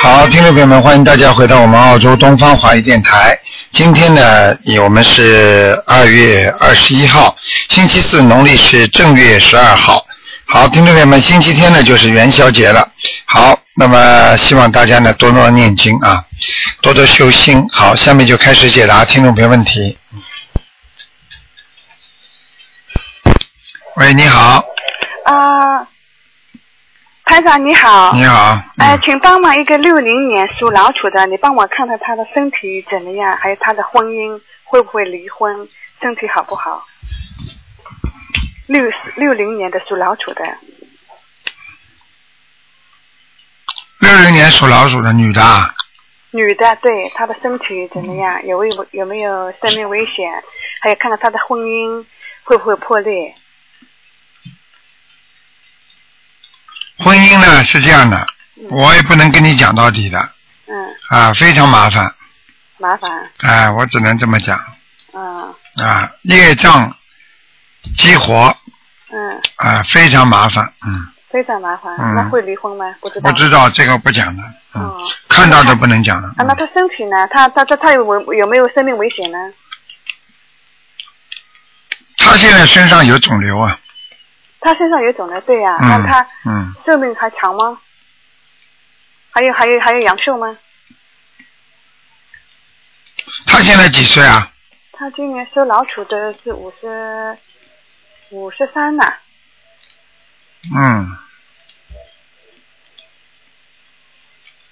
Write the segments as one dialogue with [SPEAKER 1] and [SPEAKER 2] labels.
[SPEAKER 1] 好，听众朋友们，欢迎大家回到我们澳洲东方华语电台。今天呢，也我们是二月二十一号，星期四，农历是正月十二号。好，听众朋友们，星期天呢就是元宵节了。好，那么希望大家呢多多念经啊，多多修心。好，下面就开始解答听众朋友问题。喂，你好，
[SPEAKER 2] 啊，潘长你好。
[SPEAKER 1] 你好，嗯
[SPEAKER 2] 哎，请帮忙一个六零年属老鼠的，你帮我看看他的身体怎么样，还有他的婚姻会不会离婚，身体好不好？六六零年的属老鼠的，
[SPEAKER 1] 六零年属老鼠的女的啊，
[SPEAKER 2] 女的，对她的身体怎么样？有没有有没有生命危险？还有看看她的婚姻会不会破裂？
[SPEAKER 1] 婚姻呢是这样的，我也不能跟你讲到底的
[SPEAKER 2] 嗯，
[SPEAKER 1] 啊，非常麻烦，
[SPEAKER 2] 麻烦，
[SPEAKER 1] 哎，我只能这么讲
[SPEAKER 2] 嗯
[SPEAKER 1] 啊，业障激活
[SPEAKER 2] 嗯，
[SPEAKER 1] 啊，非常麻烦，嗯，
[SPEAKER 2] 非常麻烦。
[SPEAKER 1] 嗯
[SPEAKER 2] 那会离婚吗？不知道。
[SPEAKER 1] 我知道这个不讲了，嗯，
[SPEAKER 2] 哦
[SPEAKER 1] 看到都不能讲了，
[SPEAKER 2] 啊，那他身体呢？他他他他有有没有生命危险呢？
[SPEAKER 1] 她嗯现在身上有肿瘤啊，
[SPEAKER 2] 他身上有肿瘤，对呀、啊那
[SPEAKER 1] 嗯
[SPEAKER 2] 他
[SPEAKER 1] 嗯，
[SPEAKER 2] 寿命还长吗？还有还有还有阳寿吗？
[SPEAKER 1] 她现在几岁啊？
[SPEAKER 2] 他今年收老鼠的是五十五十三呐，
[SPEAKER 1] 嗯，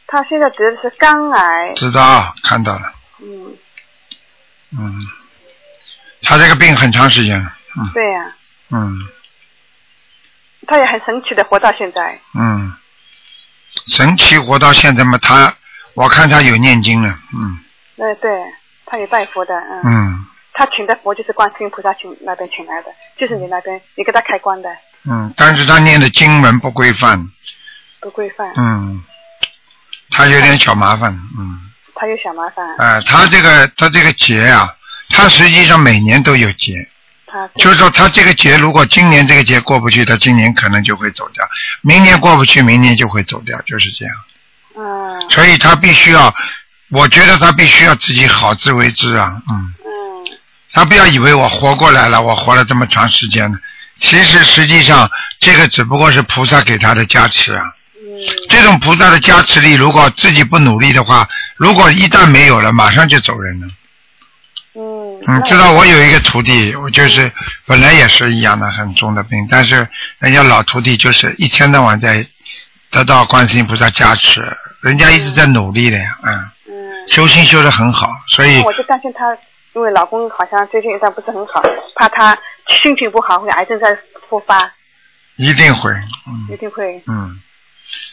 [SPEAKER 2] 他现在得的是肝癌，
[SPEAKER 1] 知道看到了，
[SPEAKER 2] 嗯，
[SPEAKER 1] 嗯，她这个病很长时间了，嗯
[SPEAKER 2] 对呀、
[SPEAKER 1] 嗯。
[SPEAKER 2] 他也很神奇的活到现在，
[SPEAKER 1] 嗯，神奇活到现在嘛，他我看他有念经了，嗯
[SPEAKER 2] 呃，对，他也拜佛的，嗯，
[SPEAKER 1] 嗯
[SPEAKER 2] 他请的佛就是观世音菩萨请那边请来的，就是你那边你给他开光的，
[SPEAKER 1] 嗯，但是他念的经文不规范，
[SPEAKER 2] 不规范，
[SPEAKER 1] 嗯，他有点小麻烦，嗯，
[SPEAKER 2] 他有小麻烦，
[SPEAKER 1] 哎、他这个他这个劫啊，他实际上每年都有劫，
[SPEAKER 2] 他
[SPEAKER 1] 就是说他这个劫如果今年这个劫过不去，他今年可能就会走掉，明年过不去，明年就会走掉，就是这样，
[SPEAKER 2] 嗯
[SPEAKER 1] 所以他必须要，我觉得他必须要自己好自为之啊，嗯。
[SPEAKER 2] 嗯
[SPEAKER 1] 他不要以为我活过来了，我活了这么长时间了，其实实际上这个只不过是菩萨给他的加持啊。
[SPEAKER 2] 嗯，
[SPEAKER 1] 这种菩萨的加持力，如果自己不努力的话，如果一旦没有了，马上就走人了。
[SPEAKER 2] 嗯，
[SPEAKER 1] 你
[SPEAKER 2] 那
[SPEAKER 1] 知道我有一个徒弟，我就是本来也是一样的很重的病，但是人家老徒弟就是一天到晚在得到观世音菩萨加持，人家一直在努力的呀，嗯，
[SPEAKER 2] 嗯。
[SPEAKER 1] 修心修得很好，所以
[SPEAKER 2] 那我就担心她，因为老公好像最近一段不是很好，怕她心情不好会癌症再复发，
[SPEAKER 1] 一定会，嗯。
[SPEAKER 2] 一定会。
[SPEAKER 1] 嗯，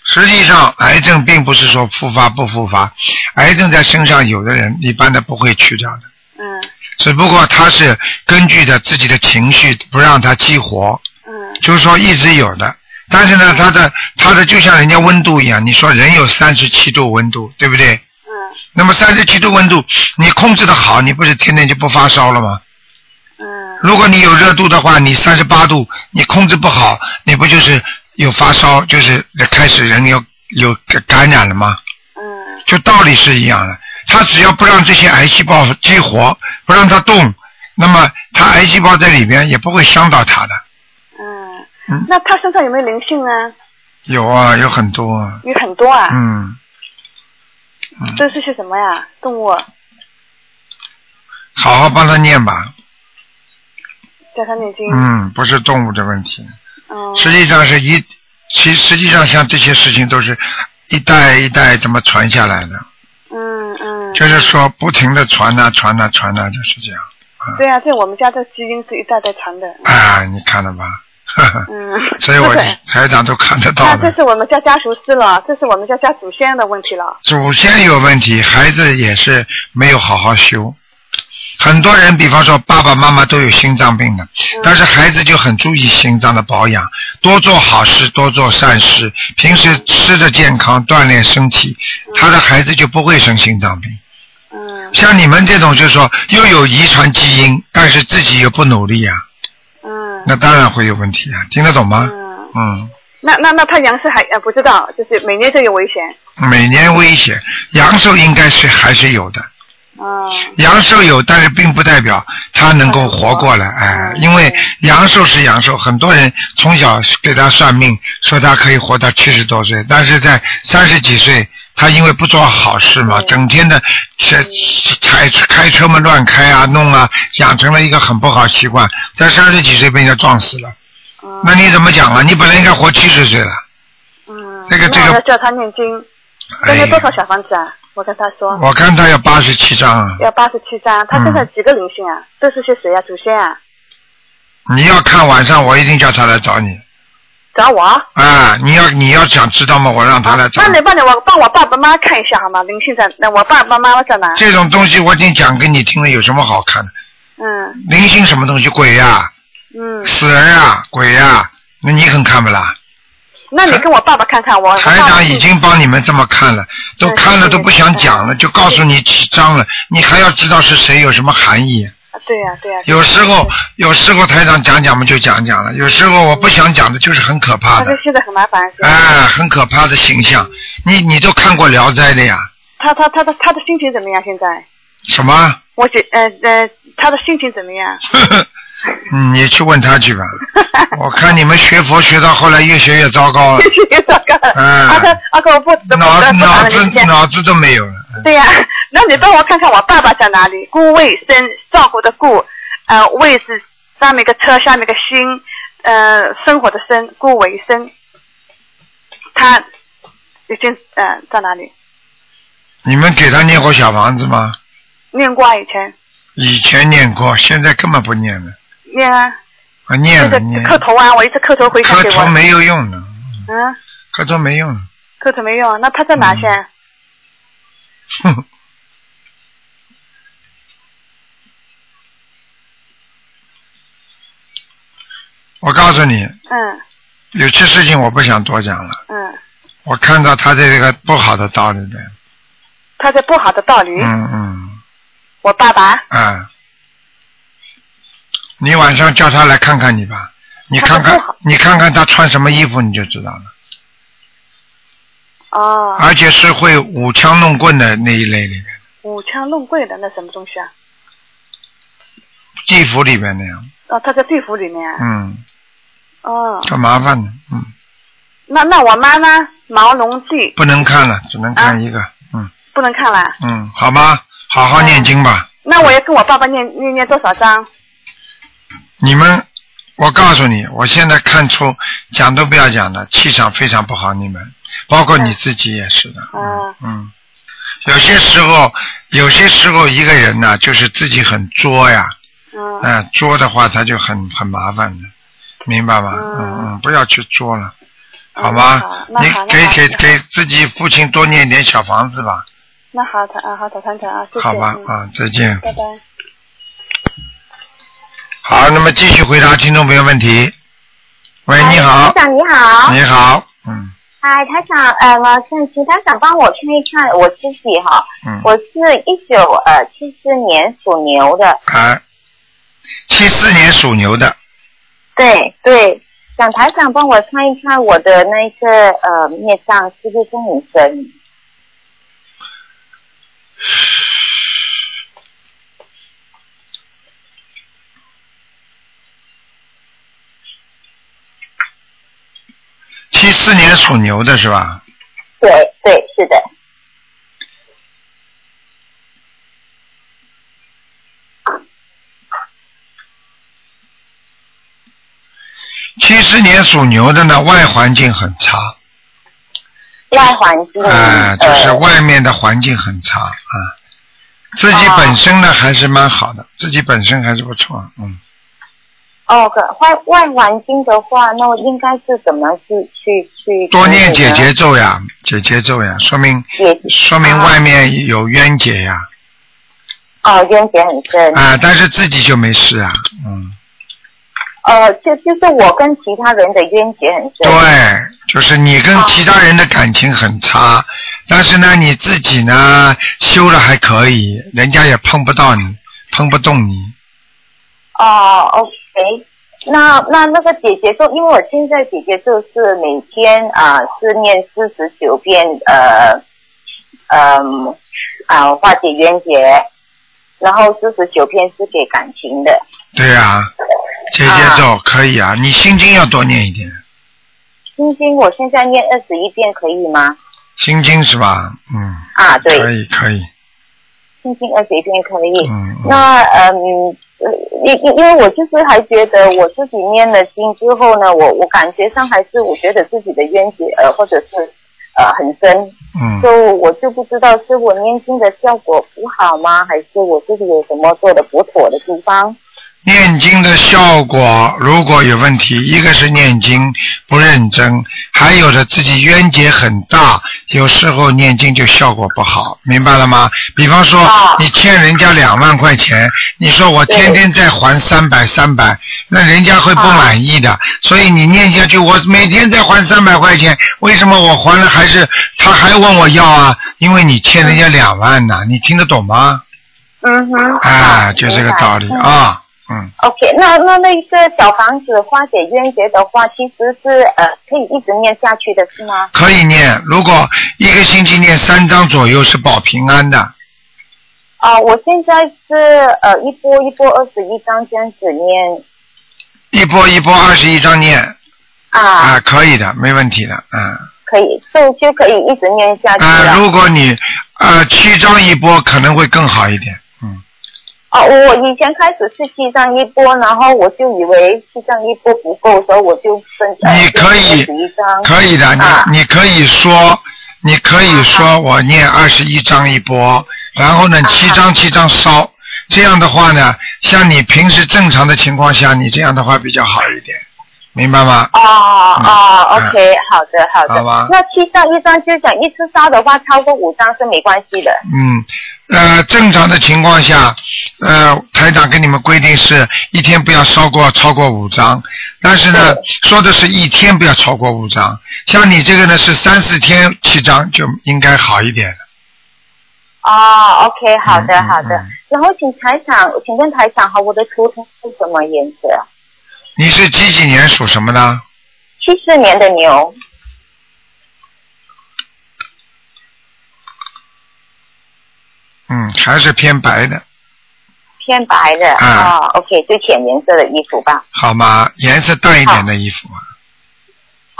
[SPEAKER 1] 实际上，癌症并不是说复发不复发，癌症在身上有的人一般的不会去掉的，
[SPEAKER 2] 嗯
[SPEAKER 1] 只不过他是根据着自己的情绪不让它激活，
[SPEAKER 2] 嗯
[SPEAKER 1] 就是说一直有的。但是呢，他的他的就像人家温度一样，你说人有三十七度温度，对不对？
[SPEAKER 2] 嗯
[SPEAKER 1] 那么三十七度温度，你控制的好，你不是天天就不发烧了吗？
[SPEAKER 2] 嗯
[SPEAKER 1] 如果你有热度的话，你三十八度，你控制不好，你不就是有发烧，就是开始人有有感染了吗？
[SPEAKER 2] 嗯
[SPEAKER 1] 就道理是一样的。他只要不让这些癌细胞激活，不让它动，那么它癌细胞在里边也不会伤到它的。
[SPEAKER 2] 嗯
[SPEAKER 1] 嗯。
[SPEAKER 2] 那她身上有没有灵性呢？
[SPEAKER 1] 有啊，有很多啊，
[SPEAKER 2] 有很多啊。
[SPEAKER 1] 嗯，
[SPEAKER 2] 这是些什么呀？动物？
[SPEAKER 1] 好好帮他念吧。
[SPEAKER 2] 加上念经。
[SPEAKER 1] 嗯，不是动物的问题，
[SPEAKER 2] 嗯。
[SPEAKER 1] 实际上是一，其实际上像这些事情都是一代一代这么传下来的。
[SPEAKER 2] 嗯嗯。
[SPEAKER 1] 就是说不停的传呐、传呐、传呐、就是这样。
[SPEAKER 2] 对啊，这我们家的基因是一代代传的。
[SPEAKER 1] 啊，你看了吧？ 呵呵
[SPEAKER 2] 嗯。
[SPEAKER 1] 所以我
[SPEAKER 2] 对
[SPEAKER 1] 台长都看得到
[SPEAKER 2] 那这
[SPEAKER 1] 的。
[SPEAKER 2] 是我们家家族事了，这是我们家家祖先的问题了。
[SPEAKER 1] 祖先有问题，孩子也是没有好好修。很多人，比方说爸爸妈妈都有心脏病的，但是孩子就很注意心脏的保养，多做好事，多做善事，平时吃的健康，锻炼身体，他的孩子就不会生心脏病。
[SPEAKER 2] 嗯
[SPEAKER 1] 像你们这种，就是说又有遗传基因，但是自己又不努力啊，
[SPEAKER 2] 嗯。
[SPEAKER 1] 那当然会有问题啊，听得懂吗？
[SPEAKER 2] 嗯。
[SPEAKER 1] 嗯，
[SPEAKER 2] 那那那他阳寿还呃不知道，就是每年都有危险。
[SPEAKER 1] 每年危险，阳寿应该是还是有的，
[SPEAKER 2] 嗯
[SPEAKER 1] 阳寿有，但是并不代表他能够活过来，哎，因为阳寿是阳寿，很多人从小给他算命，说他可以活到七十多岁，但是在三十几岁，他因为不做好事嘛，
[SPEAKER 2] 对
[SPEAKER 1] 整天的开开开车嘛乱开啊弄啊，养成了一个很不好习惯，在三十几岁被人家撞死了，
[SPEAKER 2] 嗯。
[SPEAKER 1] 那你怎么讲啊？你本来应该活七十岁了，
[SPEAKER 2] 嗯。
[SPEAKER 1] 这个这个
[SPEAKER 2] 那我要叫他念经，
[SPEAKER 1] 哎
[SPEAKER 2] 现
[SPEAKER 1] 呀
[SPEAKER 2] 在多少小房子啊？我跟他说
[SPEAKER 1] 我看他要八十七张啊。
[SPEAKER 2] 要八十七张，他身上
[SPEAKER 1] 嗯
[SPEAKER 2] 几个灵性啊？都是些谁啊？祖先啊？
[SPEAKER 1] 你要看晚上，我一定叫他来找你。
[SPEAKER 2] 找我啊？
[SPEAKER 1] 啊，你要你要想知道吗？我让他来找
[SPEAKER 2] 那
[SPEAKER 1] 你。
[SPEAKER 2] 你帮你我帮我爸爸妈妈看一下好吗？灵性在那我爸爸妈妈在哪？
[SPEAKER 1] 这种东西我已经讲给你听了，有什么好看的？
[SPEAKER 2] 嗯
[SPEAKER 1] 灵性什么东西？鬼呀、
[SPEAKER 2] 嗯，
[SPEAKER 1] 死人呀、鬼呀、那你肯看不啦？
[SPEAKER 2] 那你跟我爸爸看看我。我
[SPEAKER 1] 台
[SPEAKER 2] 爸爸
[SPEAKER 1] 长已经帮你们这么看了，都
[SPEAKER 2] 嗯对
[SPEAKER 1] 看了
[SPEAKER 2] 对对
[SPEAKER 1] 都不想讲了，就告诉你几张了，你还要知道是谁有什么含义。
[SPEAKER 2] 啊对呀对呀。
[SPEAKER 1] 有时候有时候台长讲讲嘛就讲讲了，有时候我不想讲的就是很可怕
[SPEAKER 2] 但
[SPEAKER 1] 的
[SPEAKER 2] 是，现在很麻烦。是吧
[SPEAKER 1] 哎，很可怕的形象。你你都看过《聊斋》的呀？
[SPEAKER 2] 他他他的他的心情怎么样？现在
[SPEAKER 1] 什么？
[SPEAKER 2] 我姐呃呃，他的心情怎么样？
[SPEAKER 1] 呵呵，嗯你去问他去 吧。我看你们学佛学到后来越学越糟 糕了，
[SPEAKER 2] 心情糟糕。
[SPEAKER 1] 嗯
[SPEAKER 2] 阿哥阿哥，我不不不
[SPEAKER 1] 脑
[SPEAKER 2] 不打
[SPEAKER 1] 脑
[SPEAKER 2] 了
[SPEAKER 1] 子
[SPEAKER 2] 你先。
[SPEAKER 1] 脑子都没有了。
[SPEAKER 2] 对呀、 那你帮我看看我爸爸在哪里？顾卫生，照顾的顾，呃，卫是上面一个车，下面一个心，呃，生活的生，顾卫生。他已经呃在哪里？
[SPEAKER 1] 你们给他念过小房子吗？
[SPEAKER 2] 念过啊以前
[SPEAKER 1] 以前念过，现在根本不念了。
[SPEAKER 2] 念啊，
[SPEAKER 1] 啊，
[SPEAKER 2] 那
[SPEAKER 1] 念
[SPEAKER 2] 个
[SPEAKER 1] 了念
[SPEAKER 2] 磕
[SPEAKER 1] 了，
[SPEAKER 2] 头啊，我一直磕头回向
[SPEAKER 1] 磕
[SPEAKER 2] 给
[SPEAKER 1] 头
[SPEAKER 2] 我。
[SPEAKER 1] 没有用的，
[SPEAKER 2] 嗯，
[SPEAKER 1] 磕头没用的。
[SPEAKER 2] 磕头没用啊，那他在哪
[SPEAKER 1] 嗯
[SPEAKER 2] 现在？
[SPEAKER 1] 哼哼 我告诉你，
[SPEAKER 2] 嗯
[SPEAKER 1] 有些事情我不想多讲了。
[SPEAKER 2] 嗯，
[SPEAKER 1] 我看到他这个不好的道理了。
[SPEAKER 2] 他在不好的道理。
[SPEAKER 1] 嗯嗯。
[SPEAKER 2] 我爸爸
[SPEAKER 1] 啊，你晚上叫他来看看你吧，你看
[SPEAKER 2] 他
[SPEAKER 1] 看
[SPEAKER 2] 不好
[SPEAKER 1] 你看看他穿什么衣服你就知道了，
[SPEAKER 2] 哦，
[SPEAKER 1] 而且是会舞枪弄棍的那一类里面，
[SPEAKER 2] 舞枪弄棍的那什么东西啊？
[SPEAKER 1] 地府里面那样，
[SPEAKER 2] 哦，他在地府里面啊。
[SPEAKER 1] 嗯，
[SPEAKER 2] 哦，
[SPEAKER 1] 很麻烦的，嗯，
[SPEAKER 2] 那那我妈呢？毛龙记
[SPEAKER 1] 不能看了，只能
[SPEAKER 2] 啊
[SPEAKER 1] 看一个，嗯
[SPEAKER 2] 不能看了。
[SPEAKER 1] 嗯，好吗？好好念经吧，
[SPEAKER 2] 那我要跟我爸爸念念念多少章？
[SPEAKER 1] 你们，我告诉你，我现在看出讲都不要讲了，气场非常不好，你们，包括你自己也是的，
[SPEAKER 2] 嗯
[SPEAKER 1] 嗯，有些时候，有些时候一个人呐，就是自己很作呀，
[SPEAKER 2] 嗯
[SPEAKER 1] 哎、作的话他就很很麻烦的，明白吗？
[SPEAKER 2] 嗯
[SPEAKER 1] 嗯嗯，不要去作了，
[SPEAKER 2] 嗯
[SPEAKER 1] 好吗？
[SPEAKER 2] 那好
[SPEAKER 1] 你
[SPEAKER 2] 那好
[SPEAKER 1] 给
[SPEAKER 2] 那好
[SPEAKER 1] 给给自己父亲多念点小房子吧，
[SPEAKER 2] 那好，团啊，好，早团长啊，谢谢，
[SPEAKER 1] 好吧
[SPEAKER 2] 嗯？
[SPEAKER 1] 啊，再见。
[SPEAKER 2] 拜拜。
[SPEAKER 1] 好，那么继续回答听众朋友问题。喂，哎
[SPEAKER 2] 哎
[SPEAKER 1] 你好
[SPEAKER 3] 哎台，长你好，
[SPEAKER 1] 你好，嗯
[SPEAKER 3] 哎，台长，呃，我是请台长帮我看一看我自己哈，
[SPEAKER 1] 嗯，
[SPEAKER 3] 我是一九呃七四年属牛的，
[SPEAKER 1] 哎，七四年属牛的，
[SPEAKER 3] 对对，想台长帮我看一看我的那个呃面上是不是很深？
[SPEAKER 1] 七四年属牛的是吧？
[SPEAKER 3] 对对是的，
[SPEAKER 1] 七十年属牛的呢，外环境很差，
[SPEAKER 3] 外环境
[SPEAKER 1] 哎、就是
[SPEAKER 3] 呃
[SPEAKER 1] 外面的环境很差啊。自己
[SPEAKER 3] 哦
[SPEAKER 1] 本身呢还是蛮好的，自己本身还是不错，嗯。
[SPEAKER 3] 哦，可外外环境的话，那我应该是怎么去去去
[SPEAKER 1] 多念姐
[SPEAKER 3] 处理呢
[SPEAKER 1] 姐咒呀，姐姐咒呀，说明
[SPEAKER 3] 解
[SPEAKER 1] 说明
[SPEAKER 3] 哦
[SPEAKER 1] 外面有冤结呀，
[SPEAKER 3] 哦冤结很深。
[SPEAKER 1] 啊、但是自己就没事啊，嗯，
[SPEAKER 3] 呃，就就是我跟其他人的冤结很深。
[SPEAKER 1] 对，就是你跟其他人的感情很差，但是呢你自己呢修了还可以，人家也碰不到你，碰不动你，
[SPEAKER 3] 哦，OK，那那那个姐姐咒，因为我现在姐姐咒是每天啊、是念四十九遍呃嗯啊、化解冤结，然后四十九遍是给感情的。
[SPEAKER 1] 对啊，姐姐
[SPEAKER 3] 啊
[SPEAKER 1] 咒可以啊，你心经要多念一点，
[SPEAKER 3] 心经我现在念二十一遍可以吗？
[SPEAKER 1] 心经是吧？嗯，
[SPEAKER 3] 啊，对，
[SPEAKER 1] 可以可以，
[SPEAKER 3] 心经二十一遍可以。
[SPEAKER 1] 嗯嗯
[SPEAKER 3] 那嗯，呃因因因为我就是还觉得我自己念了经之后呢，我我感觉上还是我觉得自己的冤结呃或者是呃很深，
[SPEAKER 1] 嗯。
[SPEAKER 3] 就我就不知道是我念经的效果不好吗，还是我自己有什么做的不妥的地方？
[SPEAKER 1] 念经的效果如果有问题，一个是念经不认真，还有的自己冤结很大，有时候念经就效果不好，明白了吗？比方说
[SPEAKER 3] 啊
[SPEAKER 1] 你欠人家两万块钱，你说我天天在还三百三百，那人家会不满意
[SPEAKER 3] 啊
[SPEAKER 1] 的。所以你念下去，我每天在还三百块钱，为什么我还了还是他还问我要啊？因为你欠人家两万呐、你听得懂吗？
[SPEAKER 3] 嗯哼，
[SPEAKER 1] 啊，就这个道理
[SPEAKER 3] 明白。
[SPEAKER 1] 啊，嗯。
[SPEAKER 3] OK，那那那个小房子化解冤结的话，其实是呃可以一直念下去的是吗？
[SPEAKER 1] 可以念，如果一个星期念三张左右是保平安的。嗯
[SPEAKER 3] 啊、我现在是呃一波一波二十一章这样子念
[SPEAKER 1] 一波一波二十一张念
[SPEAKER 3] 啊，
[SPEAKER 1] 啊、可以的，没问题的，啊、
[SPEAKER 3] 可以就就可以一直念下去
[SPEAKER 1] 啊、
[SPEAKER 3] 了。
[SPEAKER 1] 如果你呃七张一波可能会更好一点，嗯，
[SPEAKER 3] 哦、我以前开始是七章一波，然后我就以为七章一波不够，所以我就分呃
[SPEAKER 1] 你可以
[SPEAKER 3] 十一章。
[SPEAKER 1] 可以的，你、
[SPEAKER 3] 啊
[SPEAKER 1] 你可以说，你可以说我念二十一张一波，然后呢
[SPEAKER 3] 啊
[SPEAKER 1] 七张七张烧，这样的话呢，像你平时正常的情况下，你这样的话比较好一点，明白吗？
[SPEAKER 3] 哦哦
[SPEAKER 1] 嗯
[SPEAKER 3] ，OK，好的好的
[SPEAKER 1] 好吧。
[SPEAKER 3] 那七章一章就讲一次烧的话，超过五章是没关系的。
[SPEAKER 1] 嗯，呃，正常的情况下，呃，台长跟你们规定是一天不要超过超过五张，但是呢，说的是一天不要超过五张。像你这个呢是三四天七张就应该好一点了。
[SPEAKER 3] 哦，OK，好的
[SPEAKER 1] 嗯嗯
[SPEAKER 3] 好的。
[SPEAKER 1] 嗯
[SPEAKER 3] 然后请台长，请问台长和我的图腾是什么颜色啊？
[SPEAKER 1] 你是几几年属什么呢？
[SPEAKER 3] 七四年的牛。
[SPEAKER 1] 嗯，还是偏白的，
[SPEAKER 3] 偏白的
[SPEAKER 1] 啊
[SPEAKER 3] 啊、o k 就浅颜色的衣服吧。
[SPEAKER 1] 好吗？颜色淡一点的衣服啊。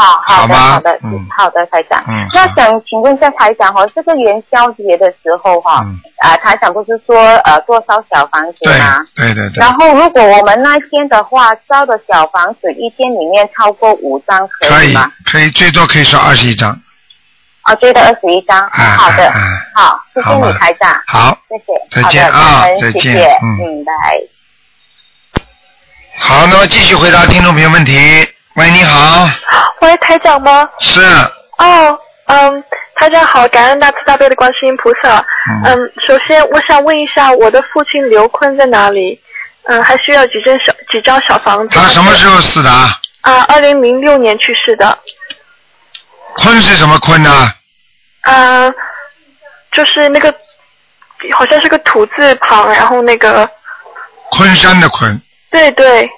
[SPEAKER 3] 好好的
[SPEAKER 1] 好吧
[SPEAKER 3] 好的、
[SPEAKER 1] 嗯
[SPEAKER 3] 好的，台长。
[SPEAKER 1] 嗯
[SPEAKER 3] 那
[SPEAKER 1] 好
[SPEAKER 3] 想请问一下台长哈，哦这个元宵节的时候哈，啊、
[SPEAKER 1] 嗯
[SPEAKER 3] 台长不是说呃多烧小房子
[SPEAKER 1] 对啊
[SPEAKER 3] 吗？
[SPEAKER 1] 对对对
[SPEAKER 3] 然，后如果我们那天的话烧的小房子一天里面超过五张
[SPEAKER 1] 可以
[SPEAKER 3] 吗？
[SPEAKER 1] 可以，最多可以烧二十一张。
[SPEAKER 3] 啊，最多二十一张。
[SPEAKER 1] 啊
[SPEAKER 3] 好的，
[SPEAKER 1] 啊啊
[SPEAKER 3] 好，谢谢
[SPEAKER 1] 好吧
[SPEAKER 3] 你台长，
[SPEAKER 1] 好。
[SPEAKER 3] 谢谢。
[SPEAKER 1] 再见
[SPEAKER 3] 好的
[SPEAKER 1] 啊
[SPEAKER 3] 感恩
[SPEAKER 1] 再见
[SPEAKER 3] 谢谢，
[SPEAKER 1] 嗯
[SPEAKER 3] 嗯，拜。
[SPEAKER 1] 好，那么继续回答听众朋友问题。喂，你好，
[SPEAKER 2] 喂，台长吗？
[SPEAKER 1] 是，
[SPEAKER 2] 哦，嗯，台长好，感恩大慈大悲的观世音菩萨。
[SPEAKER 1] 嗯，
[SPEAKER 2] 嗯，首先我想问一下，我的父亲刘坤在哪里？嗯，还需要几间小几张小房子？
[SPEAKER 1] 他啊什么时候死的啊？
[SPEAKER 2] 啊，二零零六年去世的。
[SPEAKER 1] 坤是什么坤呢、
[SPEAKER 2] 嗯，就是那个好像是个土字旁，然后那个
[SPEAKER 1] 昆山的坤。
[SPEAKER 2] 对对，